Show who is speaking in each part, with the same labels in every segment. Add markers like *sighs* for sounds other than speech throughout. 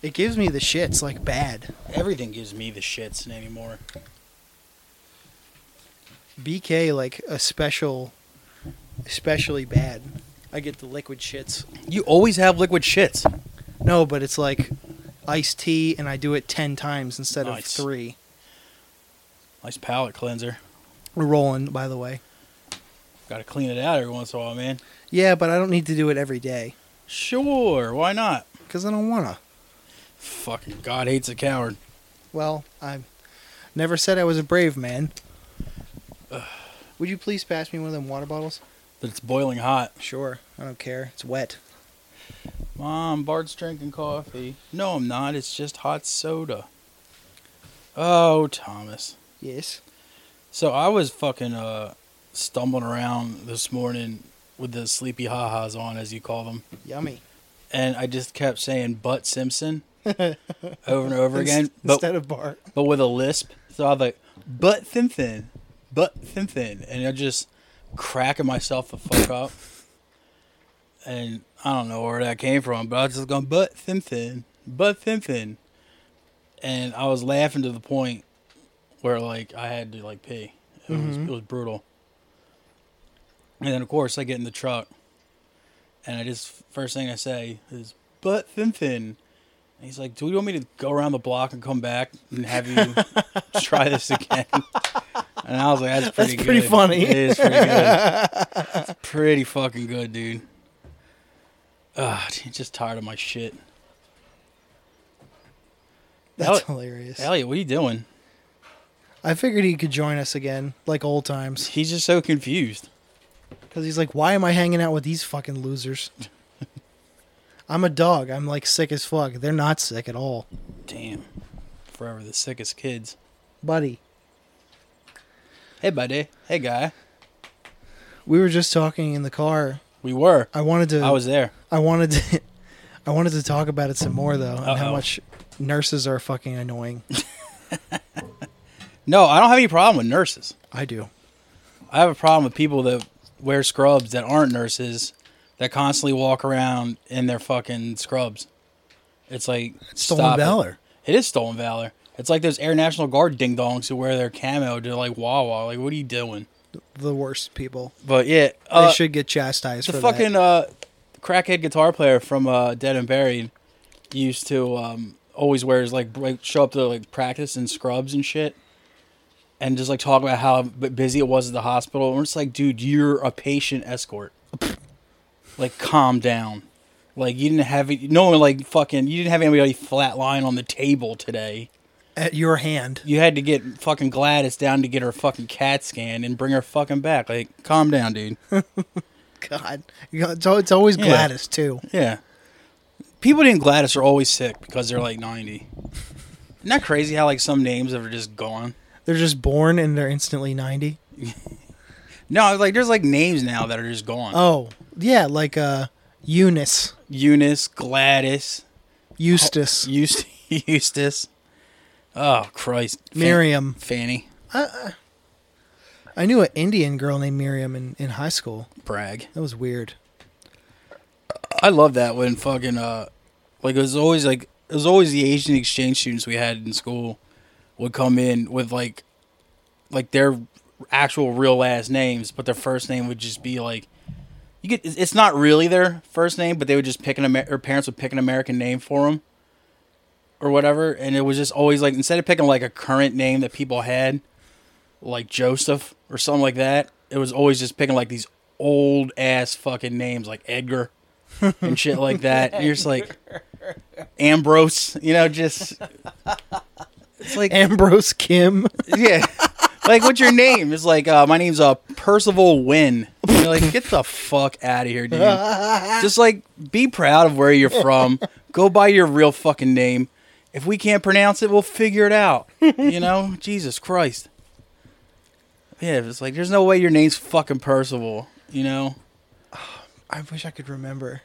Speaker 1: It gives me the shits like bad.
Speaker 2: Everything gives me the shits anymore.
Speaker 1: BK like a special, especially bad. I get the liquid shits.
Speaker 2: You always have liquid shits.
Speaker 1: No, but it's like iced tea, and I do it ten times instead of
Speaker 2: Nice.
Speaker 1: three.
Speaker 2: Nice palate cleanser.
Speaker 1: We're rolling, by the way.
Speaker 2: Got to clean it out every once in a while, man.
Speaker 1: Yeah, but I don't need to do it every day
Speaker 2: Sure, why not?
Speaker 1: because I don't wanna.
Speaker 2: Fucking God hates a coward.
Speaker 1: Well, I never said I was a brave
Speaker 2: *sighs*
Speaker 1: man. Would you please pass me one of them water bottles?
Speaker 2: That it's boiling hot.
Speaker 1: Sure. I don't care. It's wet.
Speaker 2: Mom, Bart's drinking coffee. No, I'm not. It's just hot soda. Oh, Thomas.
Speaker 1: Yes.
Speaker 2: So I was fucking uh, stumbling around this morning with the sleepy ha-has on, as you call them,
Speaker 1: Yummy.
Speaker 2: and I just kept saying "Butt *laughs* Simpson" over and over again,
Speaker 1: Inst-
Speaker 2: but
Speaker 1: Instead of Bart.
Speaker 2: but with a lisp. So I was like, "Butt Simpson, Butt Simpson," and I just cracking myself the fuck up. And I don't know where that came from, but I was just going "Butt Simpson, Butt Simpson," and I was laughing to the point where like I had to like pee. It was
Speaker 1: Mm-hmm.
Speaker 2: it was brutal. And then of course I get in the truck, and I just first thing I say is "Butt Simpson." And he's like, "Do you want me to go around the block and come back and
Speaker 1: *laughs*
Speaker 2: have you try this again?" And I was like, "That's pretty
Speaker 1: That's pretty
Speaker 2: good.
Speaker 1: funny.
Speaker 2: It is pretty good.
Speaker 1: *laughs*
Speaker 2: It's pretty fucking good, dude." Ugh, dude, just tired of my shit.
Speaker 1: That's
Speaker 2: Elliot-
Speaker 1: hilarious.
Speaker 2: Elliot, what are you doing?
Speaker 1: I figured he could join us again, like old times.
Speaker 2: He's just so confused.
Speaker 1: Because he's like, why am I hanging out with these fucking losers? *laughs* I'm a dog. I'm like sick as fuck. They're not sick at all.
Speaker 2: Damn, forever the sickest kids.
Speaker 1: Buddy,
Speaker 2: Hey, buddy. Hey, guy.
Speaker 1: we were just talking in the car.
Speaker 2: We were.
Speaker 1: I wanted to.
Speaker 2: I was there.
Speaker 1: I wanted to. *laughs* I wanted to talk about it some more though, and how
Speaker 2: Uh-oh.
Speaker 1: much nurses are fucking annoying.
Speaker 2: No, I don't have any problem with nurses.
Speaker 1: I do.
Speaker 2: I have a problem with people that wear scrubs that aren't nurses that constantly walk around in their fucking scrubs. It's like
Speaker 1: Stolen
Speaker 2: stop it.
Speaker 1: valor.
Speaker 2: It is stolen valor. It's like those Air National Guard ding dongs who wear their camo to like Wawa. Like, what are you doing?
Speaker 1: The worst people.
Speaker 2: But yeah,
Speaker 1: They
Speaker 2: uh,
Speaker 1: should get chastised
Speaker 2: the
Speaker 1: for
Speaker 2: fucking
Speaker 1: that.
Speaker 2: uh, crackhead guitar player from uh, Dead and Buried used to um, always wear his like, like show up to like practice in scrubs and shit, and just like talk about how bu- busy it was at the hospital. And it's like, dude, you're a patient escort. *laughs* like, calm down. Like you didn't have it- no one like fucking you didn't have anybody flatline on the table today.
Speaker 1: At your hand.
Speaker 2: You had to get fucking Gladys down to get her fucking CAT scan and bring her fucking back. Like, calm down, dude.
Speaker 1: God, You know, it's, al- it's always
Speaker 2: Yeah.
Speaker 1: Gladys too.
Speaker 2: Yeah. People in Gladys are always sick because they're like 90. Isn't that crazy how like some names are just gone?
Speaker 1: They're just born and they're instantly ninety.
Speaker 2: No, like there's like names now that are just gone.
Speaker 1: Oh yeah, like uh, Eunice,
Speaker 2: Eunice, Gladys,
Speaker 1: Eustace,
Speaker 2: Eust- *laughs* Eustace. Oh, Christ. Fan-
Speaker 1: Miriam.
Speaker 2: Fanny.
Speaker 1: I knew an Indian girl named Miriam in, in high school.
Speaker 2: Bragg.
Speaker 1: That was weird.
Speaker 2: I love that when fucking uh like it was always like it was always the Asian exchange students we had in school would come in with like like their actual real last names, but their first name would just be like you get it's- it's not really their first name, but they would just pick an Amer- or parents would pick an American name for them or whatever, and it was just always like instead of picking like a current name that people had like Joseph or something like that, it was always just picking like these old ass fucking names like Edgar and shit like that. And you're just like Ambrose, you know, just it's like
Speaker 1: Ambrose Kim.
Speaker 2: yeah, like what's your name? It's like uh, my name's uh Percival Wynn. And you're like, get the fuck out of here, dude. just like be proud of where you're from. Go by your real fucking name. If we can't pronounce it, we'll figure it out. You know, Jesus Christ. Yeah, it's like there's no way your name's fucking Percival. You know,
Speaker 1: *laughs* I wish I could remember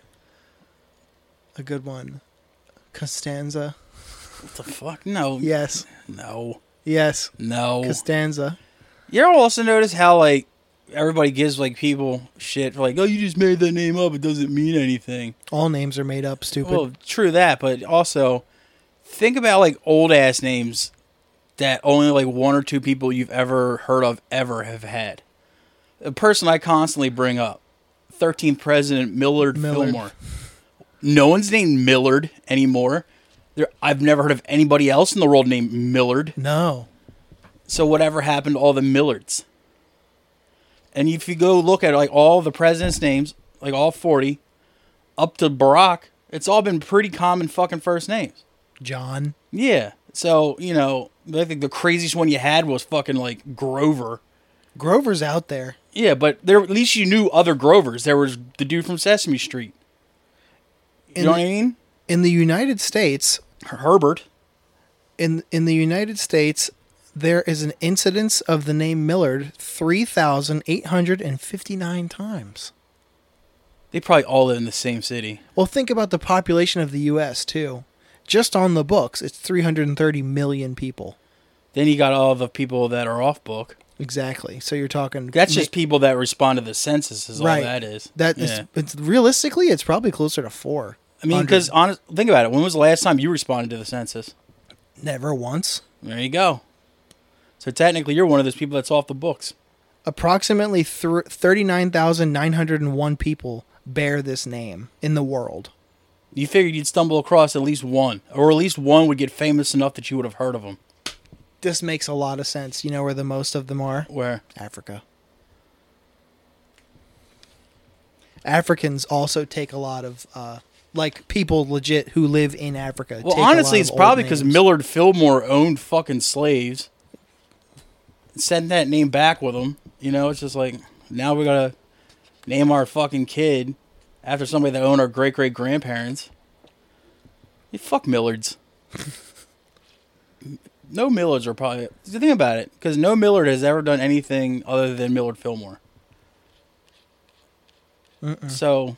Speaker 1: a good one. Costanza.
Speaker 2: what the fuck? No,
Speaker 1: Yes.
Speaker 2: no,
Speaker 1: Yes. Oh.
Speaker 2: no.
Speaker 1: Costanza.
Speaker 2: You ever also notice how like everybody gives like people shit for like, oh, you just made that name up. It doesn't mean anything.
Speaker 1: All names are made up, stupid.
Speaker 2: Well, true that, but also think about like old ass names that only like one or two people you've ever heard of ever have had. The person I constantly bring up, 13th President Millard,
Speaker 1: Millard.
Speaker 2: Fillmore. No one's named Millard anymore. There, I've never heard of anybody else in the world named Millard.
Speaker 1: No.
Speaker 2: So whatever happened to all the Millards? And if you go look at like all the presidents' names, like all 40, up to Barack, it's all been pretty common fucking first names.
Speaker 1: John.
Speaker 2: Yeah. So, you know, I think the craziest one you had was fucking like Grover.
Speaker 1: Grover's out there.
Speaker 2: Yeah, but there at least you knew other Grovers. There was the dude from Sesame Street. You
Speaker 1: In-
Speaker 2: know what I mean?
Speaker 1: In the United States,
Speaker 2: Herbert.
Speaker 1: in in the United States, there is an incidence of the name Millard 3,859 times.
Speaker 2: They probably all live in the same city.
Speaker 1: Well, think about the population of the US too. Just on the books, it's 330 million people.
Speaker 2: Then you got all the people that are off book.
Speaker 1: Exactly. So you're talking
Speaker 2: That's just people that respond to the census is all
Speaker 1: Right.
Speaker 2: that is.
Speaker 1: that is
Speaker 2: yeah.
Speaker 1: it's realistically it's probably closer to 4.
Speaker 2: I mean, because honest, think about it. When was the last time you responded to the census?
Speaker 1: never once
Speaker 2: There you go. So technically, you're one of those people that's off the books.
Speaker 1: approximately thr 39,901 people bear this name in the world.
Speaker 2: You figured you'd stumble across at least one, or at least one would get famous enough that you would have heard of them.
Speaker 1: This makes a lot of sense. You know where the most of them are?
Speaker 2: Where?
Speaker 1: Africa. Africans also take a lot of uh, like people legit who live in Africa.
Speaker 2: Well,
Speaker 1: take a lot
Speaker 2: honestly,
Speaker 1: of
Speaker 2: it's
Speaker 1: old
Speaker 2: probably because
Speaker 1: names.
Speaker 2: Millard Fillmore owned fucking slaves. Send that name back with him. You know, it's just like now we gotta name our fucking kid after somebody that owned our great great grandparents. You fuck Millards. *laughs* no Millards are probably. The thing about it, because no Millard has ever done anything other than Millard Fillmore. So,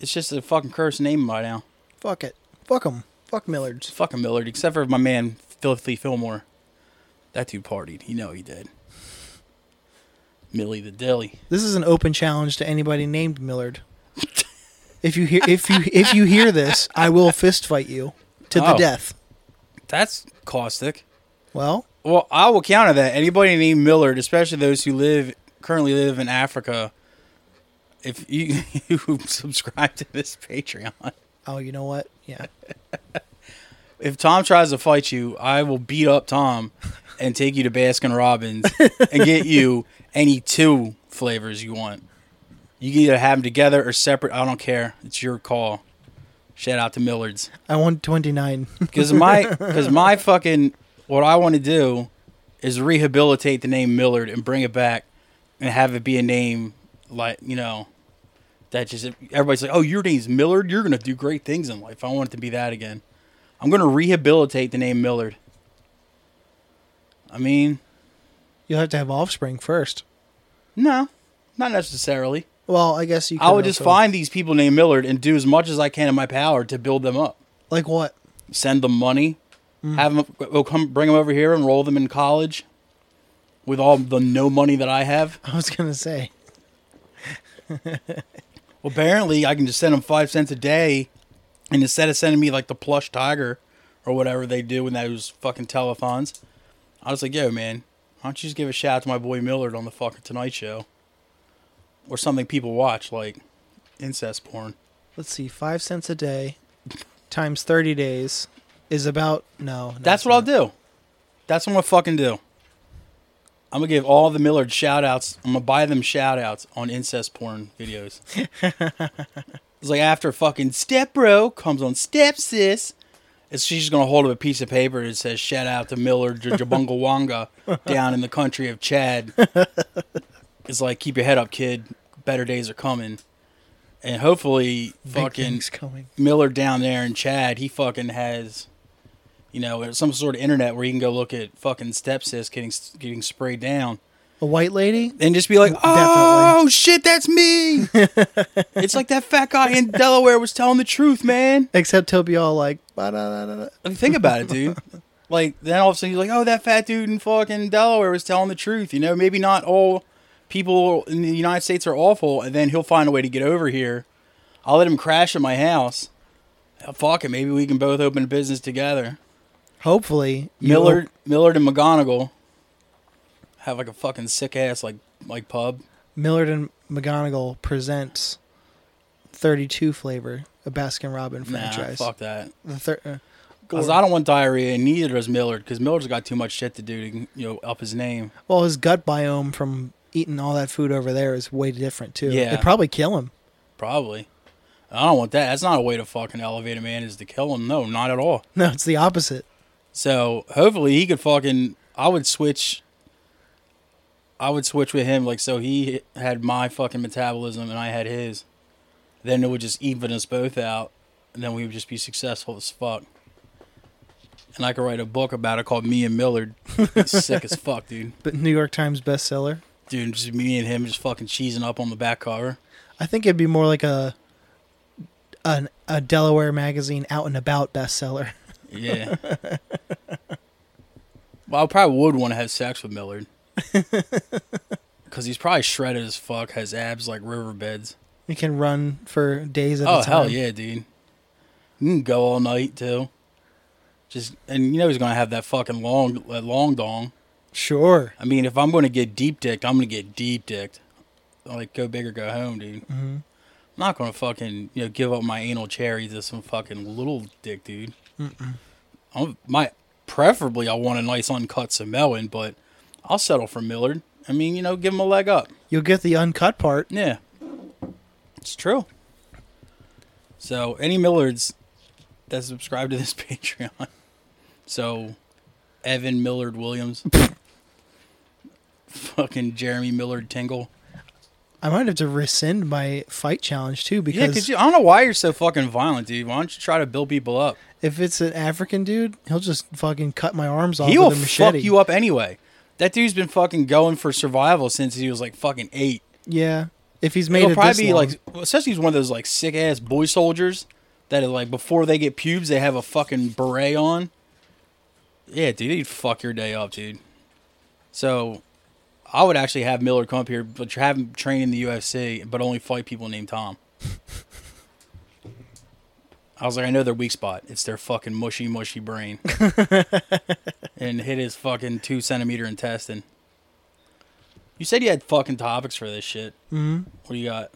Speaker 2: it's just a fucking cursed name by now
Speaker 1: fuck it, fuck them, fuck Millards.
Speaker 2: fucking Millard, except for my man Filthy Fillmore. That dude partied. You know he did. Millie the Dilly.
Speaker 1: This is an open challenge to anybody named
Speaker 2: *laughs*
Speaker 1: Millard. if you hear if you if you hear this, I will fist fight you to the
Speaker 2: Oh.
Speaker 1: death.
Speaker 2: That's caustic.
Speaker 1: Well,
Speaker 2: Well, I will counter that. Anybody named Millard, especially those who live currently live in Africa, if you, *laughs* you subscribe to this Patreon,
Speaker 1: oh, you know what? Yeah.
Speaker 2: if Tom tries to fight you, I will beat up Tom and take you to Baskin Robbins and get you any two flavors you want. You can either have them together or separate. I don't care. It's your call. Shout out to Millards
Speaker 1: I want 29.
Speaker 2: because my because my fucking what I want to do is rehabilitate the name Millard and bring it back and have it be a name like you know that just everybody's like, oh, your name's Millard. You're gonna do great things in life. I want it to be that again. I'm gonna rehabilitate the name Millard. I mean,
Speaker 1: *laughs* You'll have to have offspring first.
Speaker 2: no, not necessarily.
Speaker 1: Well, I guess you could
Speaker 2: I would just
Speaker 1: also-
Speaker 2: find these people named Millard and do as much as I can in my power to build them up.
Speaker 1: like what?
Speaker 2: send them money, have them go come bring them over here, enroll them in college with all the no money that I have.
Speaker 1: I was going to say.
Speaker 2: Well, apparently, I can just send them five cents a day, and instead of sending me like the plush tiger or whatever they do in those fucking telethons, I was like, yo, man, why don't you just give a shout out to my boy Millard on the fucking Tonight Show or something people watch, like incest porn.
Speaker 1: Let's see. 5 cents a day times 30 days is about no. no,
Speaker 2: That's
Speaker 1: it's
Speaker 2: what I'll
Speaker 1: not.
Speaker 2: do. That's what I'm gonna fucking do. I'm gonna give all the Millard shout outs. I'm gonna buy them shout outs on incest porn *laughs* videos. it's like after fucking step bro comes on step sis. And she's just gonna hold up a piece of paper that says shout out to Millard Jabunga Wanga down in the country of *laughs* Chad. it's like keep your head up, kid. Better days are coming. And hopefully
Speaker 1: Big
Speaker 2: fucking
Speaker 1: things coming.
Speaker 2: Miller down there in Chad, he fucking has, you know, some sort of internet where you can go look at fucking stepsis getting getting sprayed down
Speaker 1: A white lady?
Speaker 2: and just be like, oh shit, that's me. it's like that fat guy in Delaware was telling the truth, man.
Speaker 1: Except he'll be all like, "Ba-da-da-da-da."
Speaker 2: I mean, think about
Speaker 1: *laughs*
Speaker 2: it, dude. Like then all of a sudden you're like, oh, that fat dude in fucking Delaware was telling the truth. You know, maybe not all people in the United States are awful, and then he'll find a way to get over here. I'll let him crash at my house. Uh, Fuck it, maybe we can both open a business together.
Speaker 1: Hopefully, you
Speaker 2: Millard, Millard and McGonagall have like a fucking sick ass like like pub.
Speaker 1: Millard and McGonagall presents 32 flavor, a Baskin Robin franchise.
Speaker 2: Nah, fuck that.
Speaker 1: The thir- uh,
Speaker 2: Because
Speaker 1: Gore.
Speaker 2: I don't want diarrhea, and neither does Millard. Because Millard's got too much shit to do to you know up his name.
Speaker 1: well, his gut biome from eating all that food over there is way different too.
Speaker 2: Yeah.
Speaker 1: It'd probably kill him. *laughs*
Speaker 2: Probably. I don't want that. That's not a way to fucking elevate a man is to kill him. No, not at all.
Speaker 1: No, it's the opposite.
Speaker 2: So hopefully he could fucking. I would switch. I would switch with him like so he had my fucking metabolism and I had his. Then it would just even us both out, and then we would just be successful as fuck. And I could write a book about it called Me and Millard. It's sick as fuck, dude.
Speaker 1: But New York Times bestseller.
Speaker 2: Dude, just me and him just fucking cheesing up on the back cover.
Speaker 1: I think it'd be more like a an, a Delaware magazine out and about bestseller. *laughs*
Speaker 2: Yeah. well, I probably would want to have sex with
Speaker 1: *laughs*
Speaker 2: Millard. Because he's probably shredded as fuck, has abs like riverbeds.
Speaker 1: You can run for days at
Speaker 2: Oh,
Speaker 1: a time.
Speaker 2: hell yeah, dude. You can go all night, too. Just And you know he's going to have that fucking long, that long dong.
Speaker 1: Sure.
Speaker 2: I mean, if I'm going to get deep dicked, I'm going to get deep dicked. Like, go big or go home, dude. I'm not going to fucking, you know, give up my anal cherry to some fucking little dick, dude. I'm, my Preferably, I want a nice uncut Samoan, but I'll settle for Millard. I mean, you know, give him a leg up.
Speaker 1: You'll get the uncut part.
Speaker 2: Yeah. It's true. So, any Millards that subscribe to this *laughs* Patreon. So, Evan Millard Williams. fucking Jeremy Millard Tingle.
Speaker 1: I might have to rescind my fight challenge too
Speaker 2: Yeah,
Speaker 1: because
Speaker 2: because I don't know why you're so fucking violent, dude. Why don't you try to build people up?
Speaker 1: if it's an African dude, he'll just fucking cut my arms off
Speaker 2: He will
Speaker 1: with a
Speaker 2: fuck
Speaker 1: machete.
Speaker 2: you up anyway. That dude's been fucking going for survival since he was like fucking eight.
Speaker 1: Yeah. If he's made
Speaker 2: It'll
Speaker 1: it
Speaker 2: probably
Speaker 1: this
Speaker 2: be
Speaker 1: long.
Speaker 2: like, especially he's one of those like sick ass boy soldiers that are like before they get pubes, they have a fucking beret on. Yeah, dude, he'd fuck your day up, dude. So, I would actually have Miller come up here, but have him train in the UFC, but only fight people named Tom. I was like, I know their weak spot. It's their fucking mushy, mushy brain. and hit his fucking two centimeter intestine. You said you had fucking topics for this shit. What do you got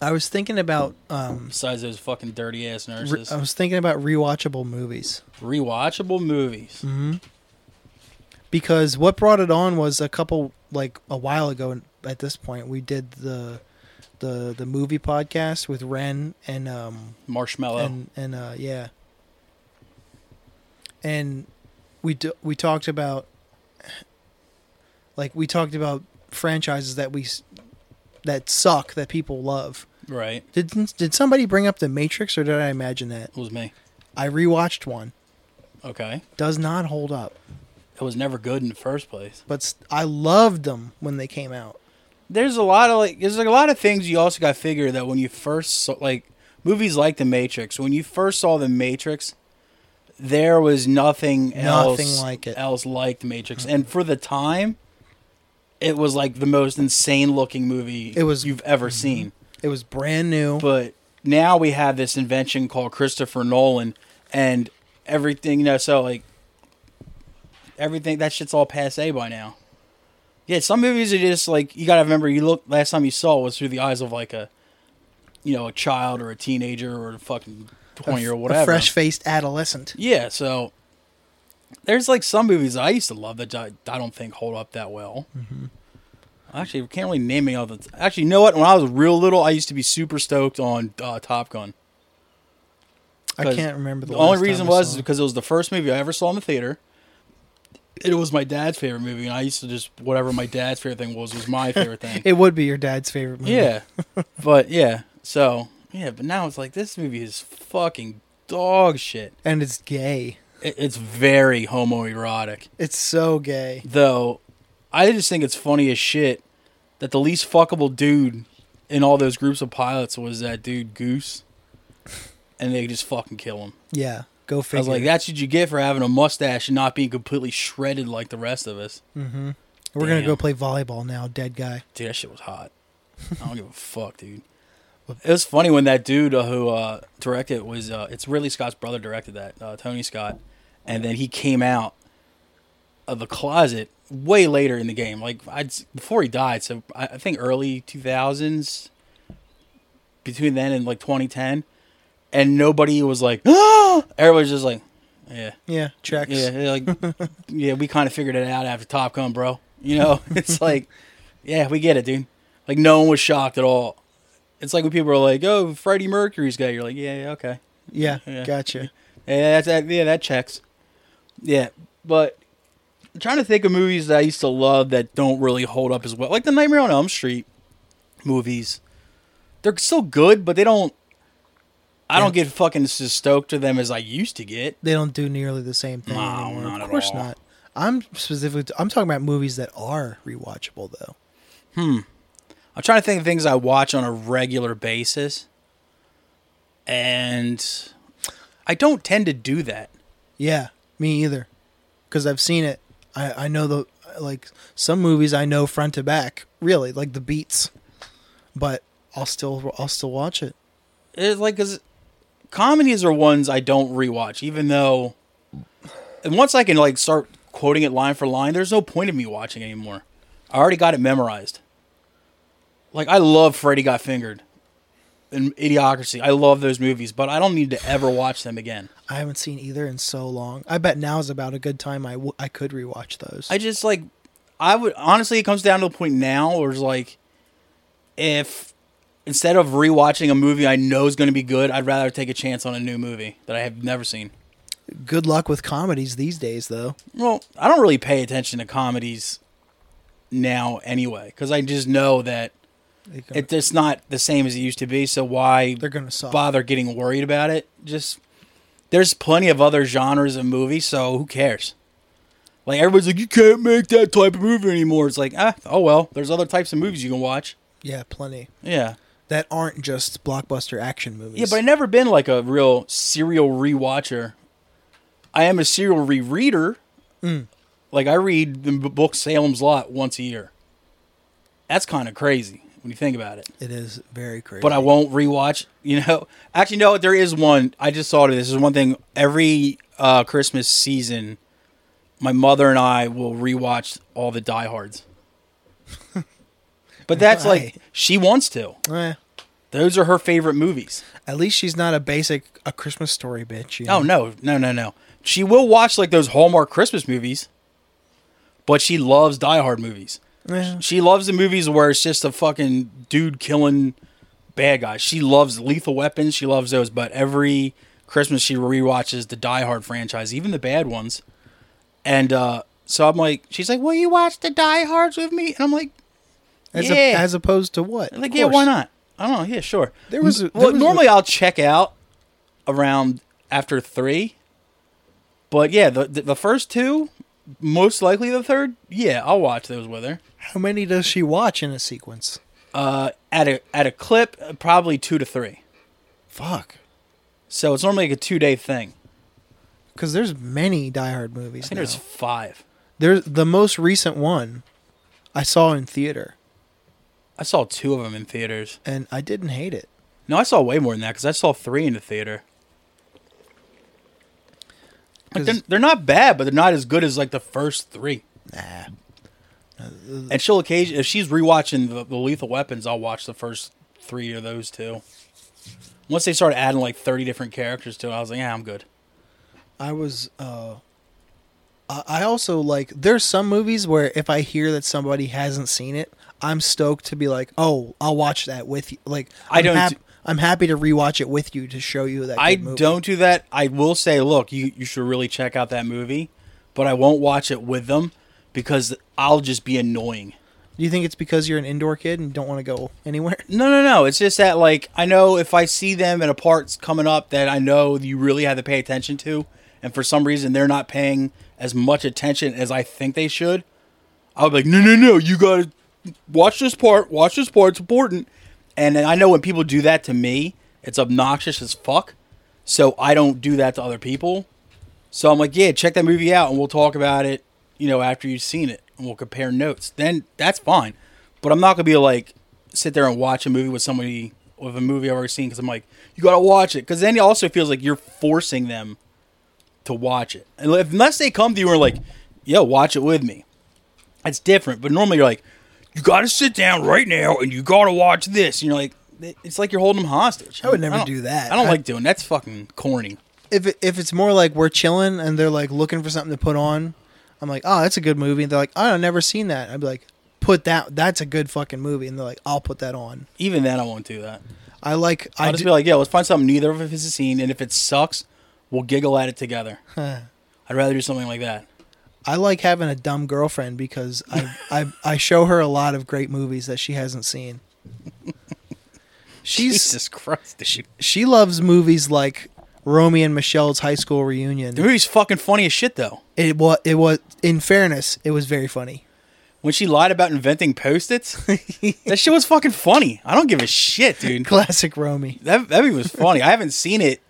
Speaker 1: I was thinking about um
Speaker 2: besides those fucking dirty ass
Speaker 1: re-
Speaker 2: nurses?
Speaker 1: I was thinking about rewatchable movies
Speaker 2: Rewatchable movies.
Speaker 1: because what brought it on was a couple like a while ago at this point we did the the the movie podcast with Ren and um
Speaker 2: Marshmallow.
Speaker 1: and and uh yeah and we d- we talked about like we talked about franchises that we s- that suck that people love
Speaker 2: right.
Speaker 1: did did somebody bring up the matrix or did i imagine that
Speaker 2: It was me.
Speaker 1: i rewatched one
Speaker 2: Okay.
Speaker 1: does not hold up
Speaker 2: It was never good in the first place.
Speaker 1: but s- i loved them when they came out
Speaker 2: There's a lot of like there's like a lot of things you also gotta figure that when you first saw, like movies like The Matrix, when you first saw The Matrix, there was nothing,
Speaker 1: Nothing
Speaker 2: else
Speaker 1: like it. Mm-hmm.
Speaker 2: else like The Matrix. And for the time, it was like the most insane looking movie
Speaker 1: It was- Mm-hmm.
Speaker 2: you've ever seen.
Speaker 1: it was brand new
Speaker 2: but now we have this invention called Christopher Nolan and everything, you know, so like everything that shit's all passe by now. Yeah, some movies are just like you gotta remember you look last time you saw it was through the eyes of like a you know, a child or a teenager or a fucking twenty or whatever.
Speaker 1: a fresh-faced adolescent
Speaker 2: Yeah, so there's like some movies I used to love that I, I don't think hold up that well. Mm-hmm. Actually, I can't really name any of the. Actually, you know what? When I was real little, I used to be super stoked on uh, Top Gun.
Speaker 1: i
Speaker 2: 'Cause
Speaker 1: can't remember the,
Speaker 2: The only
Speaker 1: last time
Speaker 2: reason
Speaker 1: I
Speaker 2: was
Speaker 1: saw
Speaker 2: is
Speaker 1: it.
Speaker 2: because it was the first movie I ever saw in the theater. It was my dad's favorite movie, and I used to just whatever my dad's favorite thing was was my favorite thing.
Speaker 1: *laughs* it would be your dad's favorite movie
Speaker 2: yeah, but yeah, so yeah, but now it's like this movie is fucking dog shit.
Speaker 1: and it's gay
Speaker 2: It, it's very homoerotic.
Speaker 1: it's so gay
Speaker 2: though i just think it's funny as shit that the least fuckable dude in all those groups of pilots was that dude goose and they just fucking kill him
Speaker 1: yeah go
Speaker 2: i
Speaker 1: figure
Speaker 2: was like that's what you get for having a mustache and not being completely shredded like the rest of us
Speaker 1: Mm-hmm. We're gonna
Speaker 2: Damn.
Speaker 1: go play volleyball now, dead
Speaker 2: *gasps*
Speaker 1: guy.
Speaker 2: dude that shit was hot i don't give a fuck dude it was funny when that dude uh, who uh, directed it was uh, it's really scott's brother directed that uh, tony scott and then he came out of the closet way later in the game, like I'd s- before he died. So I, I think early two thousands, between then and like twenty ten, and nobody was like, *gasps* ah! everybody's just like, yeah,
Speaker 1: Yeah, checks.
Speaker 2: yeah, yeah, like yeah, we kind of figured it out after Top Gun, bro. You know, *laughs* it's like, yeah, we get it, dude. Like no one was shocked at all. It's like when people are like, "Oh, Freddie Mercury's guy," you're like, "Yeah, yeah, okay,
Speaker 1: Yeah,
Speaker 2: Yeah.
Speaker 1: gotcha.
Speaker 2: yeah, that's that, yeah, that checks." Yeah, but I'm trying to think of movies that I used to love that don't really hold up as well, like the Nightmare on Elm Street movies. They're still good, but they don't. I don't get fucking so stoked to them as I used to get.
Speaker 1: They don't do nearly the same thing.
Speaker 2: No,
Speaker 1: anymore.
Speaker 2: not
Speaker 1: of
Speaker 2: at
Speaker 1: course
Speaker 2: all.
Speaker 1: not. I'm specifically. I'm talking about movies that are rewatchable, though.
Speaker 2: I'm trying to think of things I watch on a regular basis, and I don't tend to do that.
Speaker 1: Yeah, me either. Because I've seen it. I I know the like some movies I know front to back. Really, like the beats, but I'll still I'll still watch it.
Speaker 2: It's like 'cause comedies are ones I don't rewatch, even though, and once I can like start quoting it line for line, there's no point in me watching anymore. I already got it memorized. Like I love Freddy Got Fingered and Idiocracy. I love those movies, but I don't need to ever watch them again.
Speaker 1: I haven't seen either in so long. I bet now is about a good time I, w- I could rewatch those.
Speaker 2: I just like I would honestly it comes down to the point now where it's like if instead of rewatching a movie I know is going to be good, I'd rather take a chance on a new movie that I have never seen.
Speaker 1: good luck with comedies these days, though.
Speaker 2: Well, I don't really pay attention to comedies now anyway cuz I just know that
Speaker 1: They go-
Speaker 2: it, it's not the same as it used to be, so why
Speaker 1: they're gonna suck.
Speaker 2: bother getting worried about it. Just there's plenty of other genres of movies, so who cares? Like everybody's like, you can't make that type of movie anymore. It's like, ah, oh well, there's other types of movies you can watch.
Speaker 1: yeah, plenty
Speaker 2: Yeah,
Speaker 1: that aren't just blockbuster action movies.
Speaker 2: yeah, but I've never been like a real serial rewatcher. I am a serial rereader. Like I read the b- book Salem's Lot once a year. That's kind of crazy when you think about it.
Speaker 1: it is very crazy.
Speaker 2: but I won't rewatch. You know, *laughs* actually, no, there is one. I just saw it. This is one thing. Every uh, Christmas season, my mother and I will rewatch all the Die Hards. but that's
Speaker 1: Why?
Speaker 2: like she wants to.
Speaker 1: Eh,
Speaker 2: Those are her favorite movies.
Speaker 1: at least she's not a basic a Christmas story bitch. You know?
Speaker 2: Oh no, no, no, no. She will watch like those Hallmark Christmas movies, but she loves Die Hard movies.
Speaker 1: Yeah.
Speaker 2: She loves the movies where it's just a fucking dude killing bad guys. She loves Lethal Weapons. She loves those. But every Christmas she rewatches the Die Hard franchise, even the bad ones. And uh, so I'm like, she's like, "Will you watch the Die Hards with me?" And I'm like,
Speaker 1: As,
Speaker 2: yeah.
Speaker 1: a, as opposed to what?
Speaker 2: like
Speaker 1: Of
Speaker 2: yeah, why
Speaker 1: course.
Speaker 2: not? I don't know. Yeah, sure.
Speaker 1: There was a-
Speaker 2: M-
Speaker 1: there
Speaker 2: well,
Speaker 1: was a-
Speaker 2: normally i I'll check out around after three, but yeah, the the, the first two, most likely the third. Yeah, I'll watch those with her.
Speaker 1: How many does she watch in a sequence?
Speaker 2: Uh, at a at a clip, uh, probably two to three.
Speaker 1: Fuck,
Speaker 2: So it's normally like a two day thing.
Speaker 1: because there's many Die Hard movies.
Speaker 2: I think
Speaker 1: now.
Speaker 2: there's five.
Speaker 1: There's the most recent one I saw in theater,
Speaker 2: I saw two of them in theaters.
Speaker 1: and I didn't hate it.
Speaker 2: No, I saw way more than that because I saw three in the theater.
Speaker 1: 'Cause-
Speaker 2: Like they're, they're not bad, but they're not as good as like the first three.
Speaker 1: Nah,
Speaker 2: And she'll occasion if she's rewatching the, the Lethal Weapons, I'll watch the first three of those two. Once they started adding like thirty different characters to it, I was like, yeah, I'm good.
Speaker 1: I was. uh I I also like. There's some movies where if I hear that somebody hasn't seen it, I'm stoked to be like, "Oh, I'll watch that with you." Like,
Speaker 2: I
Speaker 1: I'm
Speaker 2: don't
Speaker 1: hap-
Speaker 2: do-
Speaker 1: I'm happy to rewatch it with you to show you that.
Speaker 2: I
Speaker 1: good movie.
Speaker 2: don't do that. I will say, look, you, you should really check out that movie, but I won't watch it with them because I'll just be annoying.
Speaker 1: Do you think it's because you're an indoor kid and don't want to go anywhere?
Speaker 2: No, no, no. It's just that, like, I know if I see them in a part's coming up that I know you really have to pay attention to, and for some reason they're not paying as much attention as I think they should, I'll be like, no, no, no. You got to watch this part. Watch this part. It's important. And then I know when people do that to me, it's obnoxious as fuck. So I don't do that to other people. So I'm like, yeah, check that movie out, and we'll talk about it. You know, after you've seen it, and we'll compare notes. Then that's fine. But I'm not gonna be like sit there and watch a movie with somebody with a movie I've already seen because I'm like, you gotta watch it because then it also feels like you're forcing them to watch it. And if- Unless they come to you and are like, yo, watch it with me. It's different. But normally you're like, you got to sit down right now and you got to watch this. And you're like, it's like you're holding them hostage.
Speaker 1: I would never
Speaker 2: don't-
Speaker 1: do that.
Speaker 2: I don't
Speaker 1: I-
Speaker 2: like doing That's fucking corny.
Speaker 1: if it, if it's more like we're chilling and they're like looking for something to put on, I'm like, oh, that's a good movie. And they're like, oh, I've never seen that. I'd be like, put that. That's a good fucking movie. And they're like, I'll put that on.
Speaker 2: Even then, I won't do that.
Speaker 1: I like.
Speaker 2: I'll
Speaker 1: I
Speaker 2: just
Speaker 1: do,
Speaker 2: be like, yeah, let's find something neither of us has seen, and if it sucks, we'll giggle at it *laughs* together. I'd rather do something like that.
Speaker 1: I like having a dumb girlfriend because I I I show her a lot of great movies that she hasn't
Speaker 2: *laughs*
Speaker 1: seen. She's
Speaker 2: Jesus Christ, dude.
Speaker 1: she loves movies like Romeo and Michelle's high school reunion.
Speaker 2: The movie's fucking funny as shit, though.
Speaker 1: It was it was in fairness, it was very
Speaker 2: *laughs*
Speaker 1: funny.
Speaker 2: When she lied about inventing *laughs* post-its, that shit was fucking funny. I don't give a shit, dude.
Speaker 1: Classic Romy.
Speaker 2: That that movie was funny. I haven't seen it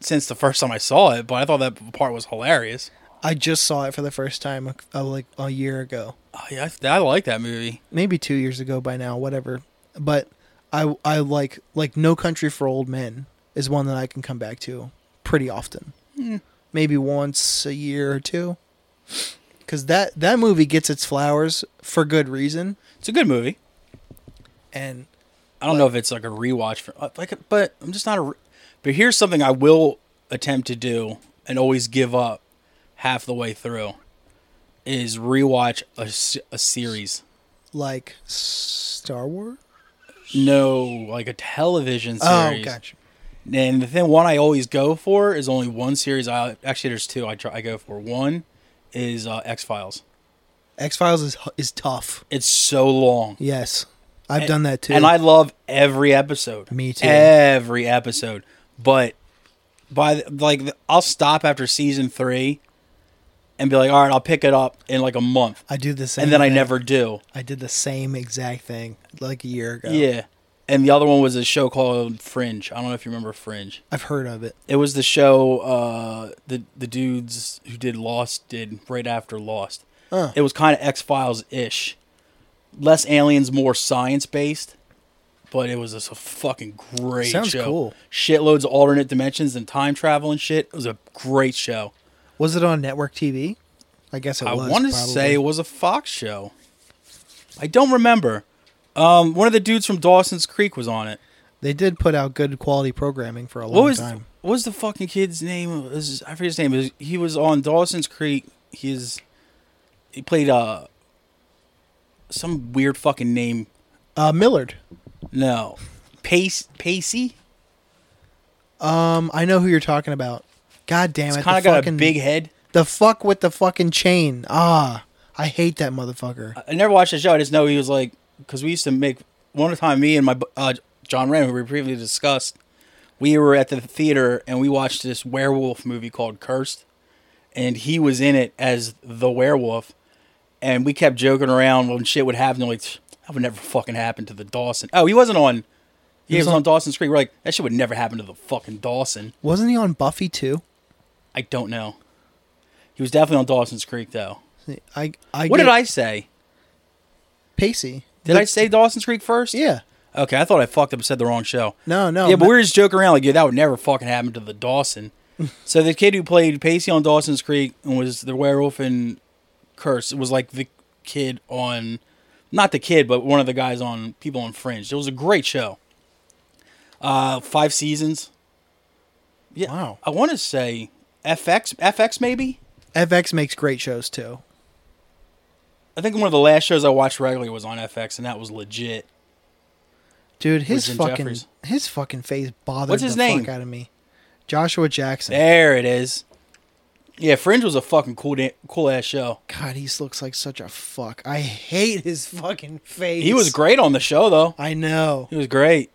Speaker 2: since the first time I saw it, but I thought that part was hilarious.
Speaker 1: I just saw it for the first time a, a, like a year ago,
Speaker 2: Oh, yeah, I, I like that movie.
Speaker 1: maybe two years ago by now, whatever. But I I like like No Country for Old Men is one that I can come back to pretty often,
Speaker 2: Hmm.
Speaker 1: maybe once a year or two, because that that movie gets its flowers for good reason,
Speaker 2: It's a good movie.
Speaker 1: and
Speaker 2: I don't know if it's like a rewatch for uh, like, but I'm just not a. Re- but here's something I will attempt to do and always give up half the way through is rewatch a, s- a series.
Speaker 1: like Star Wars.
Speaker 2: No, like a television
Speaker 1: Oh,
Speaker 2: series.
Speaker 1: gotcha.
Speaker 2: And the thing one I always go for is only one series. I actually there's two I try I go for. One is uh, X Files.
Speaker 1: X Files is is tough.
Speaker 2: It's so long.
Speaker 1: Yes, I've done that too.
Speaker 2: And I love every episode.
Speaker 1: Me too.
Speaker 2: Every episode. But by the, like the- I'll stop after season 3 and be like, "All right, I'll pick it up in like a month."
Speaker 1: I do the same.
Speaker 2: And then I
Speaker 1: thing.
Speaker 2: never do.
Speaker 1: I did the same exact thing like a year ago.
Speaker 2: Yeah. And the other one was a show called Fringe. I don't know if you remember Fringe.
Speaker 1: I've heard of it.
Speaker 2: It was the show uh the the dudes who did Lost did right after Lost.
Speaker 1: Huh.
Speaker 2: It was kind of X-Files ish. Less aliens, more science-based. But it was just a fucking great
Speaker 1: Sounds
Speaker 2: show.
Speaker 1: cool.
Speaker 2: Shitloads of alternate dimensions and time travel and shit. It was a great show.
Speaker 1: Was it on network TV? I guess it
Speaker 2: I
Speaker 1: was.
Speaker 2: want to
Speaker 1: probably.
Speaker 2: say it was a Fox show. I don't remember. Um, one of the dudes from Dawson's Creek was on it.
Speaker 1: they did put out good quality programming for a long
Speaker 2: What was
Speaker 1: time.
Speaker 2: what was the fucking kid's name? It was- I forget his name. It was- He was on Dawson's Creek. He's he played uh some weird fucking name.
Speaker 1: Uh, Millard.
Speaker 2: No, Pace Pacey.
Speaker 1: Um, I know who you're talking about. God damn it!
Speaker 2: It's
Speaker 1: the
Speaker 2: kind of got
Speaker 1: fucking-
Speaker 2: a big head.
Speaker 1: The fuck with the fucking chain. Ah, I hate that motherfucker.
Speaker 2: I never watched the show. I just know he was like because we used to make one time me and my bu- uh, John Ram, who we previously discussed, we were at the theater and we watched this werewolf movie called Cursed, and he was in it as the werewolf, and we kept joking around when shit would happen. Like that would never fucking happen to the Dawson. Oh, he wasn't on. He was,
Speaker 1: was on-
Speaker 2: on Dawson's Creek. We're like that shit would never happen to the fucking Dawson.
Speaker 1: Wasn't he on Buffy too?
Speaker 2: I don't know. He was definitely on Dawson's Creek though.
Speaker 1: I. I
Speaker 2: What
Speaker 1: get-
Speaker 2: did I say?
Speaker 1: Pacey.
Speaker 2: Did I say Dawson's Creek first?
Speaker 1: Yeah.
Speaker 2: Okay, I thought I fucked up and said the wrong show.
Speaker 1: No, no,
Speaker 2: Yeah, but
Speaker 1: ma-
Speaker 2: we're just joking around like, yeah, that would never fucking happen to
Speaker 1: *laughs*
Speaker 2: the Dawson. so the kid who played Pacey on Dawson's Creek and was the werewolf in Curse was like the kid on, not the kid, but one of the guys on People on Fringe. It was a great show. Uh, five seasons. Yeah,
Speaker 1: Wow.
Speaker 2: I want to say FX, FX maybe.
Speaker 1: FX makes great shows too.
Speaker 2: I think one of the last shows I watched regularly was on FX, and that was legit.
Speaker 1: Dude, his
Speaker 2: Jim
Speaker 1: fucking
Speaker 2: Jeffries.
Speaker 1: his fucking face bothered
Speaker 2: What's his
Speaker 1: the
Speaker 2: name?
Speaker 1: fuck out of me. Joshua Jackson.
Speaker 2: There it is. Yeah, Fringe was a fucking cool, da- cool ass show.
Speaker 1: God, he looks like such a fuck. I hate his fucking face.
Speaker 2: He was great on the show, though.
Speaker 1: I know.
Speaker 2: He was great.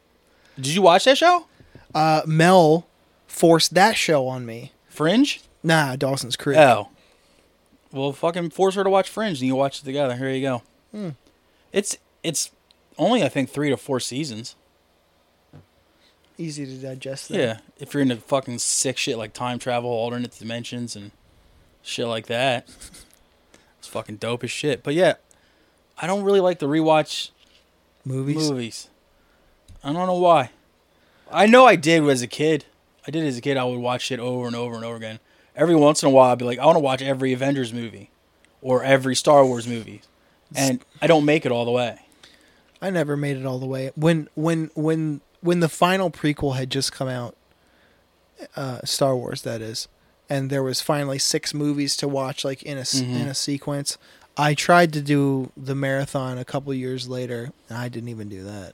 Speaker 2: Did you watch that show?
Speaker 1: Uh, Mel forced that show on me.
Speaker 2: Fringe?
Speaker 1: Nah, Dawson's Creek.
Speaker 2: Oh. Well, fucking force her to watch Fringe, and you watch it together. Here you go. It's it's only I think three to four seasons.
Speaker 1: Easy to digest. That.
Speaker 2: Yeah, if you're into fucking sick shit like time travel, alternate dimensions, and shit like that, *laughs* it's fucking dope as shit. But yeah, I don't really like to rewatch
Speaker 1: Movies.
Speaker 2: movies. I don't know why. I know I did as a kid. I did as a kid. I would watch it over and over and over again. every once in a while, I'd be like, I want to watch every Avengers movie or every Star Wars movie, and I don't make it all the way.
Speaker 1: I never made it all the way. When when when when the final prequel had just come out, uh, Star Wars that is, and there was finally six movies to watch like in a s
Speaker 2: Mm-hmm.
Speaker 1: in a sequence. I tried to do the marathon a couple years later, and I didn't even do that.